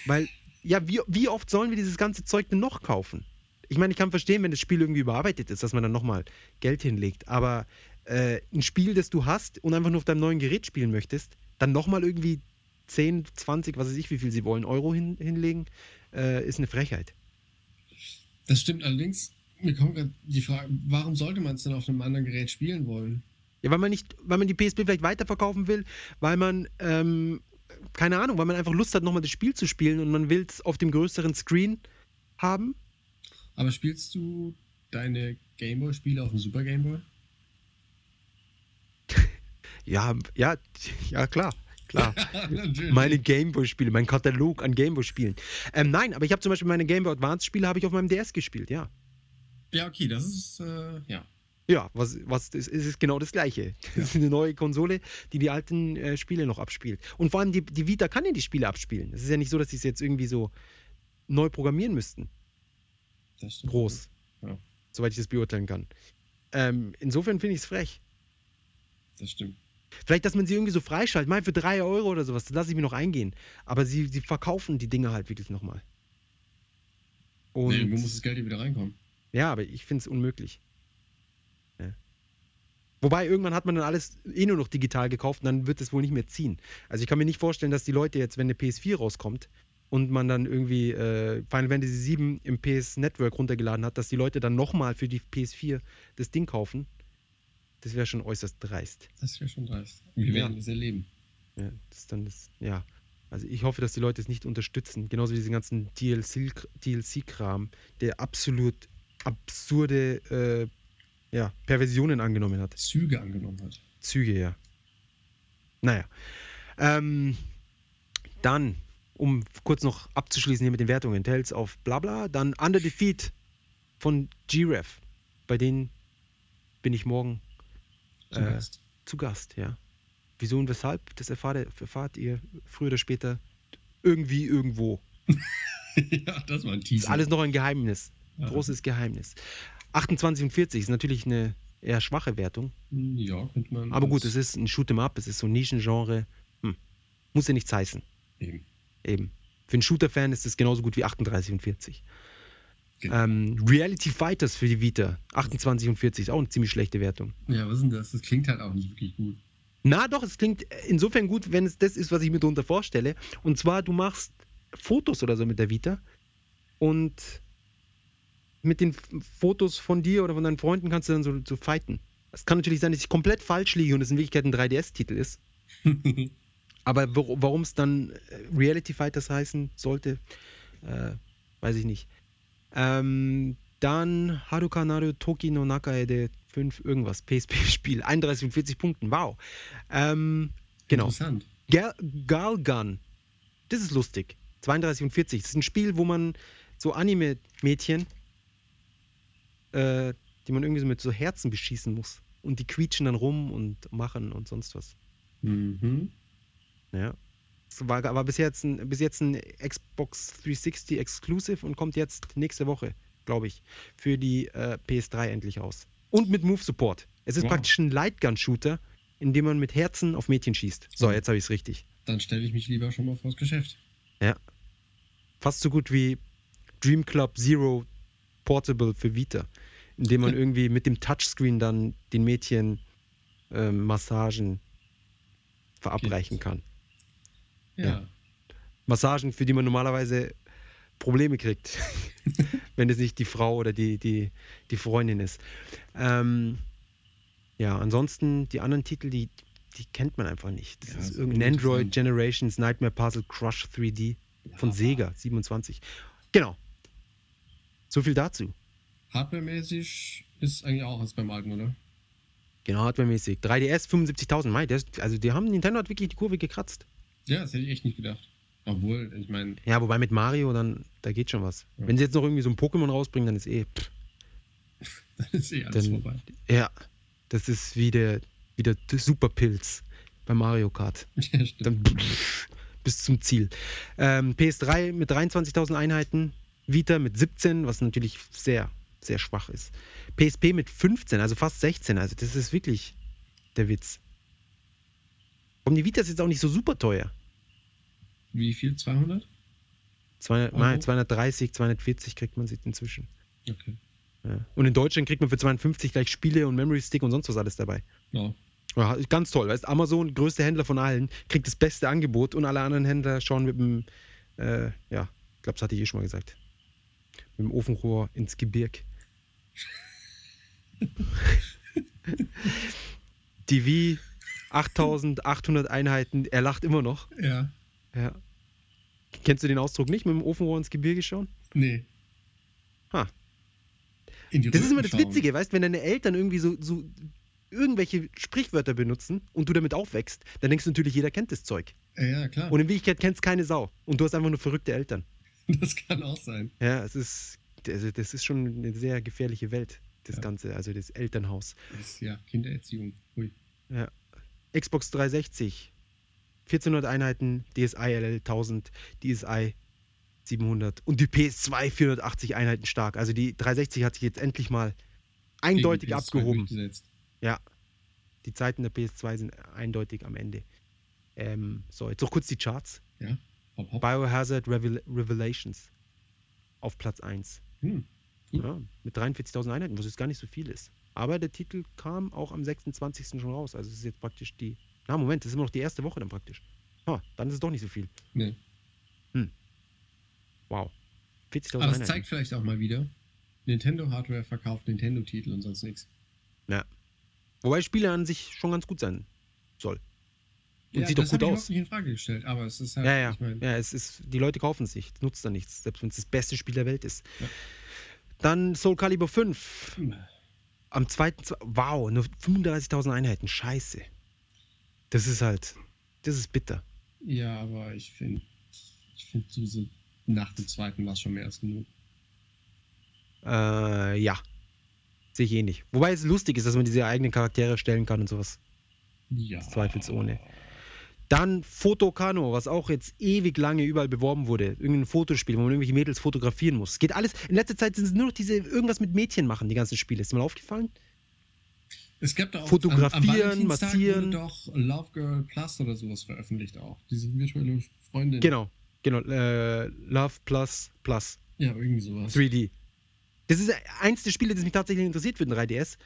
B: Weil, ja, wie, wie oft sollen wir dieses ganze Zeug denn noch kaufen? Ich meine, ich kann verstehen, wenn das Spiel irgendwie überarbeitet ist, dass man dann nochmal Geld hinlegt. Aber äh, ein Spiel, das du hast und einfach nur auf deinem neuen Gerät spielen möchtest, dann nochmal irgendwie 10, 20, was weiß ich, wie viel sie wollen, Euro hin, hinlegen, äh, ist eine Frechheit.
A: Das stimmt allerdings. Mir kommt gerade die Frage, warum sollte man es denn auf einem anderen Gerät spielen wollen?
B: Ja, weil man nicht, weil man die PSP vielleicht weiterverkaufen will, weil man, ähm, keine Ahnung, weil man einfach Lust hat, nochmal das Spiel zu spielen und man will es auf dem größeren Screen haben.
A: Aber spielst du deine Gameboy-Spiele auf dem Super Gameboy?
B: Ja, ja, ja, klar, klar.
A: Natürlich.
B: Meine Gameboy-Spiele, mein Katalog an Gameboy-Spielen. Ähm, nein, aber ich habe zum Beispiel meine Gameboy Advance-Spiele habe ich auf meinem DS gespielt, ja.
A: Ja, okay, das ist, äh, ja.
B: Ja, was, was ist, ist, ist genau das Gleiche. Das ist eine neue Konsole, die die alten äh, Spiele noch abspielt. Und vor allem die, die Vita kann ja die Spiele abspielen. Es ist ja nicht so, dass sie es jetzt irgendwie so neu programmieren müssten.
A: Das stimmt.
B: groß,
A: Ja.
B: soweit ich das beurteilen kann. Ähm, insofern finde ich es frech.
A: Das stimmt.
B: Vielleicht, dass man sie irgendwie so freischaltet, mal für 3 Euro oder sowas, das lasse ich mir noch eingehen. Aber sie, sie verkaufen die Dinge halt wirklich nochmal.
A: Nee,
B: Und
A: irgendwo muss das Geld hier wieder reinkommen.
B: ja, aber ich finde es unmöglich. Ja. Wobei, irgendwann hat man dann alles eh nur noch digital gekauft und dann wird es wohl nicht mehr ziehen. Also ich kann mir nicht vorstellen, dass die Leute jetzt, wenn eine PS4 rauskommt und man dann irgendwie äh, Final Fantasy VII im PS Network runtergeladen hat, dass die Leute dann nochmal für die PS4 das Ding kaufen. Das wäre schon äußerst dreist.
A: Das wäre schon dreist. Wir werden
B: Ja.
A: es erleben.
B: Ja, das ist dann das, ja. Also ich hoffe, dass die Leute es nicht unterstützen. Genauso wie diesen ganzen DLC-Kram, der absolut absurde äh, ja, Perversionen angenommen hat.
A: Züge angenommen hat.
B: Züge, ja. Naja. Ähm, dann, um kurz noch abzuschließen hier mit den Wertungen, Tales auf Blabla, dann Under Defeat von G-Ref. Bei denen bin ich morgen
A: Zu
B: Äh,
A: Gast.
B: zu Gast, ja. Wieso und weshalb, das erfahrt, erfahrt ihr früher oder später irgendwie irgendwo.
A: ja, das war ein
B: Ist
A: Teaser.
B: alles noch ein Geheimnis.
A: Ja.
B: Großes Geheimnis. 28 und 40 ist natürlich eine eher schwache Wertung.
A: Ja, könnte man.
B: Aber gut,
A: als-
B: es ist ein Shoot'em Up, es ist so ein Nischengenre. Hm. Muss ja nichts heißen.
A: Eben.
B: Eben. Für einen Shooter-Fan ist es genauso gut wie 38 und 40.
A: Genau.
B: Ähm, Reality Fighters für die Vita. 28 und 40 ist auch eine ziemlich schlechte Wertung.
A: Ja, was ist denn das? Das klingt halt auch nicht wirklich gut.
B: Na doch, es klingt äh, insofern gut, wenn es das ist, was ich mir darunter vorstelle. Und zwar, du machst Fotos oder so mit der Vita und mit den F- Fotos von dir oder von deinen Freunden kannst du dann so, so fighten. Es kann natürlich sein, dass ich komplett falsch liege und es in Wirklichkeit ein 3DS-Titel ist. Aber wor- warum es dann äh, Reality Fighters heißen sollte, äh, weiß ich nicht. Ähm, dann Haruka Naru Toki no Nakaede 5 irgendwas, PSP-Spiel, 31 und 40 Punkten, wow. Ähm, genau.
A: Interessant.
B: Gal Gun Das ist lustig. 32 und 40. Das ist ein Spiel, wo man so Anime-Mädchen, äh, die man irgendwie so mit so Herzen beschießen muss. Und die quietschen dann rum und machen und sonst was.
A: Mhm.
B: Ja. Es war, war bis, jetzt ein, bis jetzt ein Xbox 360 Exclusive und kommt jetzt nächste Woche, glaube ich, für die äh, PS3 endlich raus. Und mit Move Support. Es ist
A: Wow.
B: praktisch ein Lightgun-Shooter, in dem man mit Herzen auf Mädchen schießt. So, jetzt habe ich es richtig.
A: Dann stelle ich mich lieber schon mal vors Geschäft.
B: Fast so gut wie Dream Club Zero Portable für Vita, in dem man irgendwie mit dem Touchscreen dann den Mädchen ähm, Massagen verabreichen kann.
A: Ja.
B: Ja. Massagen, für die man normalerweise Probleme kriegt, wenn es nicht die Frau oder die, die, die Freundin ist. Ähm, ja, ansonsten die anderen Titel, die, die kennt man einfach nicht. Das
A: Ja,
B: ist
A: ist
B: irgendein Android
A: uninteressant.
B: Generations Nightmare Puzzle Crush 3D von
A: Ja.
B: Sega 27. Genau. So viel dazu.
A: Hardwaremäßig ist eigentlich auch alles beim Alten, oder?
B: Genau, hardwaremäßig. 3DS 75.000. Mei, der ist- Also, die haben Nintendo hat wirklich die Kurve gekratzt.
A: Ja, das hätte ich echt nicht gedacht. Obwohl, ich meine,
B: Ja, wobei mit Mario, dann, da geht schon was.
A: Ja.
B: Wenn sie jetzt noch irgendwie so ein Pokémon rausbringen, dann ist eh. Pff.
A: dann ist eh alles
B: Dann-
A: vorbei.
B: Ja, das ist wie der, wie der Superpilz bei Mario Kart.
A: Ja, stimmt.
B: Dann bis zum Ziel. Ähm, PS3 mit 23.000 Einheiten, Vita mit 17, was natürlich sehr, sehr schwach ist. PSP mit 15, also fast 16. Also das ist wirklich der Witz. Warum die Vita ist jetzt auch nicht so super teuer?
A: Wie viel? 200?
B: 200, nein,
A: Euro?
B: 230, 240 kriegt man sie inzwischen.
A: Okay.
B: Ja. Und in Deutschland kriegt man für 52 gleich Spiele und Memory Stick und sonst was alles dabei.
A: No.
B: Ja, ganz toll. Weißt, Amazon, größter Händler von allen, kriegt das beste Angebot und alle anderen Händler schauen mit dem, äh, ja, ich glaube, das hatte ich eh schon mal gesagt, mit dem Ofenrohr ins Gebirg. Die Wii, 8800 Einheiten, er lacht immer noch.
A: Ja.
B: Ja. Kennst du den Ausdruck nicht, mit dem Ofenrohr ins Gebirge schauen?
A: Nee.
B: Ha.
A: In die
B: Das ist
A: Röhren
B: immer das
A: schauen.
B: Witzige, weißt, wenn deine Eltern irgendwie so, so irgendwelche Sprichwörter benutzen und du damit aufwächst, dann denkst du natürlich, jeder kennt das Zeug.
A: Ja, ja, klar.
B: Und in Wirklichkeit kennt es keine Sau. Und du hast einfach nur verrückte Eltern.
A: das kann auch sein.
B: Ja, es ist, also das ist schon eine sehr gefährliche Welt, das
A: Ja.
B: Ganze, also das Elternhaus.
A: Das, ja, Kindererziehung. Ui.
B: Xbox 360, 1400 Einheiten, DSi LL 1000, DSi 700 und die PS2 480 Einheiten stark. Also die 360 hat sich jetzt endlich mal eindeutig
A: Gegen PS2
B: abgehoben.
A: durchgesetzt.
B: Die Zeiten der PS2 sind eindeutig am Ende. Ähm, so, jetzt noch kurz die Charts.
A: Hopp, hopp.
B: Biohazard Revel Revelations auf Platz 1.
A: Hm.
B: Ja, mit 43.000 Einheiten, was jetzt gar nicht so viel ist. Aber der Titel kam auch am 26. schon raus. Also es ist jetzt praktisch die. Na, Moment, das ist immer noch die erste Woche dann praktisch. Ha, dann ist es doch nicht so viel.
A: Nee.
B: Hm. Wow. 40.000
A: Aber
B: Einheiten.
A: es zeigt vielleicht auch mal wieder, Nintendo Hardware verkauft Nintendo-Titel und sonst nichts.
B: Wobei Spiele an sich schon ganz gut sein soll. Und sieht doch
A: das
B: gut
A: hab ich
B: aus.
A: überhaupt nicht in Frage gestellt, aber es ist halt,
B: Ja, ja.
A: ich meine,
B: ja es ist, die Leute kaufen es nicht, es nutzt dann nichts, selbst wenn es das beste Spiel der Welt ist.
A: Ja.
B: Dann Soul Calibur 5.
A: hm.
B: Am zweiten, zwe- wow, nur 35.000 Einheiten, scheiße. Das ist halt, das ist bitter.
A: ja, aber ich finde, ich finde diese nach dem zweiten war es schon mehr als genug.
B: Äh, ja. Sehe ich eh nicht. Wobei es lustig ist, dass man diese eigenen Charaktere stellen kann und sowas.
A: Ja.
B: Zweifelsohne. Dann Fotokano, was auch jetzt ewig lange überall beworben wurde. Irgendein Fotospiel, wo man irgendwelche Mädels fotografieren muss. Geht alles. In letzter Zeit sind es nur noch diese irgendwas mit Mädchen machen, die ganzen Spiele. Ist dir mal aufgefallen?
A: Es gab da auch
B: Fotografieren,
A: Valentinstag
B: massieren.
A: Wurde doch Love Girl Plus oder sowas veröffentlicht auch. Diese virtuelle Freundin.
B: Genau. Genau. Äh, Love Plus Plus
A: Ja, irgendwie sowas.
B: 3D. Das ist eins der Spiele, das mich tatsächlich interessiert für den 3DS,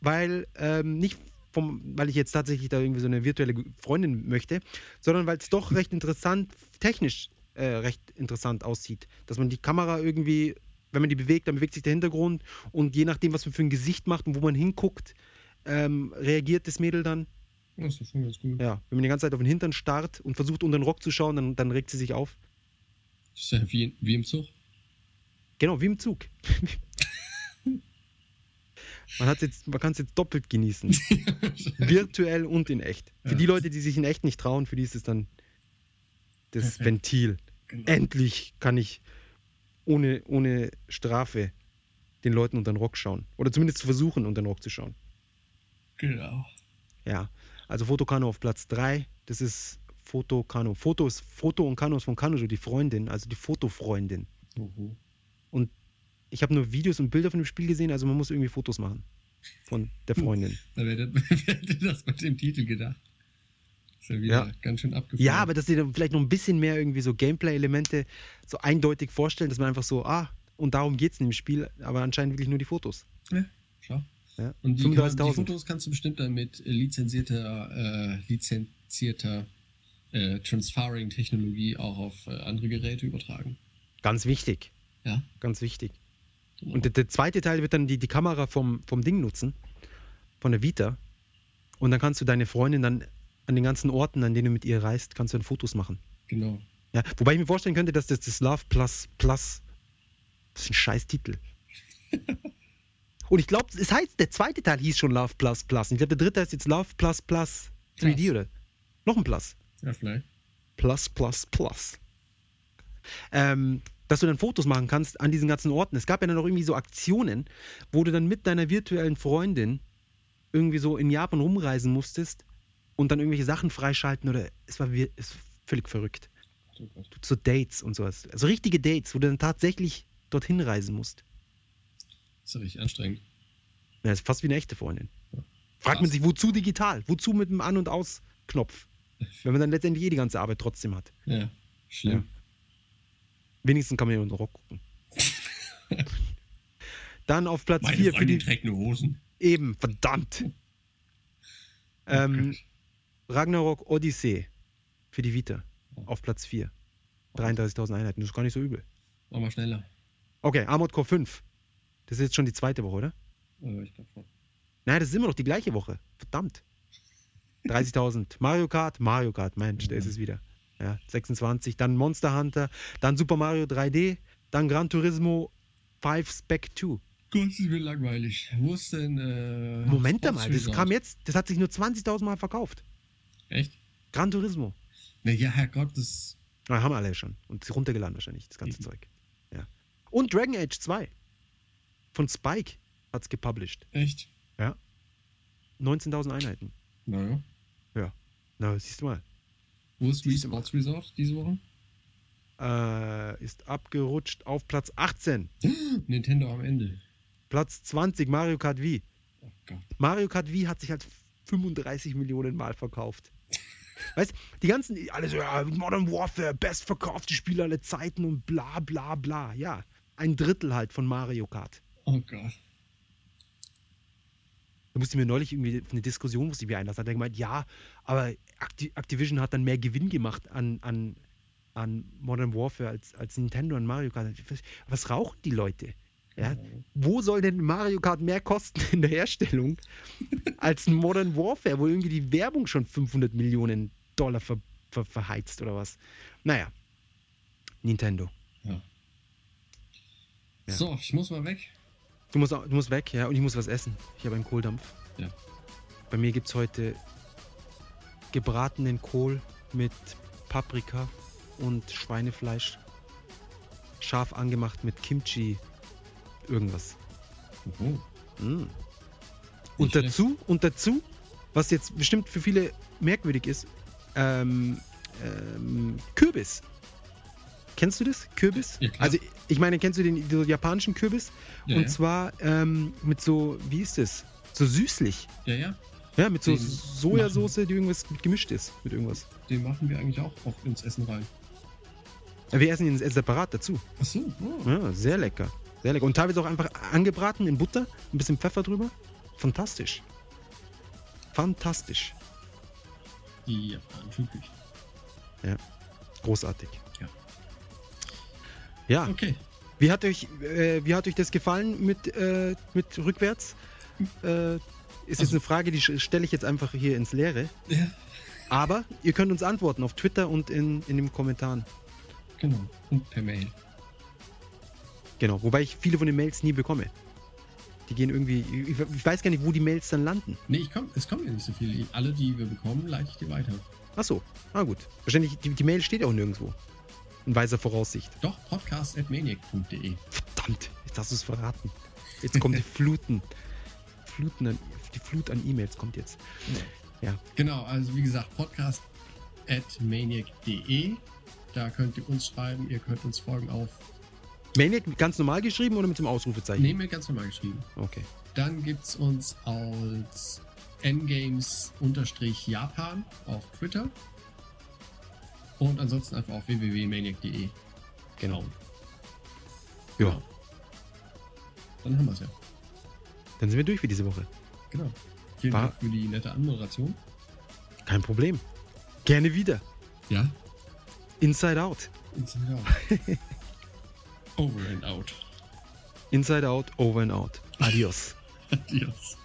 B: weil ähm, nicht vom, weil ich jetzt tatsächlich da irgendwie so eine virtuelle Freundin möchte, sondern weil es doch recht interessant, technisch äh, recht interessant aussieht. Dass man die Kamera irgendwie, wenn man die bewegt, dann bewegt sich der Hintergrund und je nachdem, was man für ein Gesicht macht und wo man hinguckt, ähm, reagiert das Mädel dann.
A: Oh, das ist doch schon ganz gut.
B: Ja, wenn man die ganze Zeit auf den Hintern starrt und versucht, unter den Rock zu schauen, dann, dann regt sie sich auf.
A: Das ist ja wie, wie im Zug.
B: Genau, wie im Zug. man hat's jetzt- man kann es jetzt doppelt genießen. Virtuell und in echt. Für
A: Ja.
B: die Leute, die sich in echt nicht trauen, für die ist es dann das
A: Perfekt.
B: Ventil.
A: Genau.
B: Endlich kann ich ohne, ohne Strafe den Leuten unter den Rock schauen. Oder zumindest versuchen, unter den Rock zu schauen.
A: genau.
B: Ja, also Fotokano auf Platz 3. Das ist Fotokano. Foto ist Foto und Kano ist von Kanojo, die Freundin, also die Fotofreundin.
A: Oho.
B: Ich habe nur Videos und Bilder von dem Spiel gesehen, also man muss irgendwie Fotos machen von der Freundin.
A: Da wäre wer hätte das mit dem Titel gedacht. Ist ja wieder
B: Ja.
A: ganz schön abgefahren.
B: Ja, aber dass sie dann vielleicht noch ein bisschen mehr irgendwie so Gameplay-Elemente so eindeutig vorstellen, dass man einfach so, ah, und darum geht es in dem Spiel, aber anscheinend wirklich nur die Fotos.
A: Schau.
B: Ja.
A: Und die, kann, die
B: 35.000.
A: Fotos kannst du bestimmt dann mit lizenzierter, äh, lizenzierter äh, Transferring-Technologie auch auf äh, andere Geräte übertragen.
B: Ganz wichtig,
A: Ja.
B: ganz wichtig.
A: Genau.
B: Und der, der zweite Teil wird dann die, die Kamera vom, vom Ding nutzen, von der Vita. Und dann kannst du deine Freundin dann an den ganzen Orten, an denen du mit ihr reist, kannst du dann Fotos machen.
A: genau.
B: Ja, wobei ich mir vorstellen könnte, dass das, das Love Plus Plus, das ist ein scheiß Titel. Und ich glaube, es heißt, der zweite Teil hieß schon Love Plus Plus. Und ich glaube, der dritte heißt jetzt Love Plus Plus 3D
A: Plus.
B: oder noch ein Plus.
A: Ja, vielleicht.
B: Plus, plus, plus. Ähm, dass du dann Fotos machen kannst an diesen ganzen Orten. Es gab ja dann auch irgendwie so Aktionen, wo du dann mit deiner virtuellen Freundin irgendwie so in Japan rumreisen musstest und dann irgendwelche Sachen freischalten oder es war wir- es war völlig verrückt.
A: Oh Gott.
B: Du zu Dates und sowas. Also richtige Dates, wo du dann tatsächlich dorthin reisen musst.
A: Ist ja richtig anstrengend.
B: Ja, das ist fast wie eine echte Freundin. Fragt man
A: Fast.
B: sich, wozu digital? Wozu mit dem An- und Aus-Knopf? Wenn man dann letztendlich eh die ganze Arbeit trotzdem hat.
A: Ja, schlimm.
B: Wenigstens kann man ja unter den Rock gucken. Dann auf Platz
A: Meine
B: 4 für
A: Freundin
B: die.
A: trägt nur Hosen.
B: Eben, verdammt. Ähm, Ragnarok Odyssey für die Vita. Auf Platz 4. 33.000 Einheiten, das ist gar nicht so übel.
A: Mach mal schneller.
B: Okay, Armored Core 5. Das ist jetzt schon die zweite Woche, oder?
A: Äh, ich glaub schon.
B: Nein, das ist immer noch die gleiche Woche. Verdammt. 30.000. Mario Kart, Mario Kart, Mensch, da ist es wieder. Ja, 26, dann Monster Hunter, dann Super Mario 3D, dann Gran Turismo 5 Spec 2.
A: Gott, ist mir langweilig. Wo ist denn. Äh,
B: Moment
A: Sports
B: mal, das
A: Resort?
B: kam jetzt, das hat sich nur 20.000 Mal verkauft.
A: Echt?
B: Gran Turismo.
A: Na ja, Herrgott, das.
B: Na, haben alle schon. Und ist runtergeladen wahrscheinlich, das ganze
A: Mhm.
B: Zeug. Ja. Und Dragon Age 2. Von Spike hat es gepublished.
A: Echt?
B: 19.000 Einheiten.
A: Naja.
B: Na, siehst du mal.
A: Wo ist Wii
B: Siehst du mal.
A: Sports Resort diese Woche?
B: Äh, ist abgerutscht auf Platz 18.
A: Nintendo am Ende.
B: Platz 20, Mario Kart Wii.
A: Oh Gott.
B: Mario Kart Wii hat sich halt 35 Millionen Mal verkauft. Weißt die ganzen, alle so, ja, Modern Warfare, bestverkaufte Spiele aller Zeiten und bla bla bla. Ja, ein Drittel halt von Mario Kart.
A: Oh Gott.
B: Da musste ich mir neulich irgendwie auf eine Diskussion musste ich mir einlassen. Da hat er gemeint, ja, aber Acti Activision hat dann mehr Gewinn gemacht an, an, an Modern Warfare als, als Nintendo an Mario Kart. Was, was rauchen die Leute? Ja? Wo soll denn Mario Kart mehr kosten in der Herstellung als Modern Warfare, wo irgendwie die Werbung schon 500 Millionen Dollar ver, ver, verheizt oder was? Naja, Nintendo. Ja.
A: So, ich muss mal weg.
B: Du musst, au- du musst weg, ja, und ich muss was essen. Ich habe einen Kohldampf.
A: Ja.
B: Bei mir gibt es heute gebratenen Kohl mit Paprika und Schweinefleisch. Scharf angemacht mit Kimchi. Irgendwas.
A: Oho.
B: Mm. Und
A: Hm. schlecht.
B: dazu, und dazu, was jetzt bestimmt für viele merkwürdig ist, ähm, ähm, Kürbis. Kennst du das? Kürbis?
A: Ja, klar.
B: also ich meine, kennst du den, den japanischen Kürbis?
A: Ja,
B: und
A: ja.
B: zwar ähm, mit so, wie ist es? So süßlich.
A: ja, ja.
B: Ja, mit so
A: Den
B: Sojasauce, die irgendwas mit gemischt ist. Mit irgendwas.
A: Den machen wir eigentlich auch oft ins Essen rein.
B: Ja, Wir essen ihn separat dazu.
A: Ach so. Oh.
B: Ja, sehr lecker. Sehr lecker. Und teilweise auch einfach angebraten in Butter, ein bisschen Pfeffer drüber. Fantastisch. Fantastisch.
A: Die japanische Küche.
B: Großartig.
A: Ja.
B: Ja,
A: Okay.
B: wie hat euch, äh, wie hat euch das gefallen mit, äh, mit rückwärts? Äh, ist jetzt
A: Also-
B: eine Frage, die sch- stelle ich jetzt einfach hier ins Leere.
A: Ja,
B: Aber ihr könnt uns antworten auf Twitter und in, in den Kommentaren.
A: genau. Und per Mail.
B: Genau, wobei ich viele von den Mails nie bekomme. Die gehen irgendwie. Ich, ich weiß gar nicht, wo die Mails dann landen.
A: Nee, ich komm, es kommen ja nicht so viele. Ich- Alle, die wir bekommen, leite ich dir weiter.
B: Ach so. Ah, gut. Wahrscheinlich, die, die Mail steht auch nirgendwo. In weiser Voraussicht.
A: Doch, podcast.maniac.de.
B: Verdammt, jetzt hast du es verraten. Jetzt kommen die Fluten. Fluten an, die Flut an E-Mails kommt jetzt.
A: Genau, also wie gesagt, podcast.maniac.de. Da könnt ihr uns schreiben, ihr könnt uns folgen auf.
B: Maniac ganz normal geschrieben oder mit dem Ausrufezeichen?
A: Nee, mir ganz normal geschrieben.
B: Okay.
A: Dann gibt's uns als ngames-japan auf Twitter. Und ansonsten einfach auf www.maniac.de.
B: Genau.
A: Ja.
B: Ja.
A: Dann haben wir's ja.
B: Dann sind wir durch für diese Woche.
A: Genau. Vielen
B: War-
A: Dank für die nette Anmoderation.
B: Kein Problem. Gerne wieder.
A: Ja.
B: Inside Out.
A: Inside out. Over and out.
B: Inside Out, Over and Out. Adios.
A: Adios.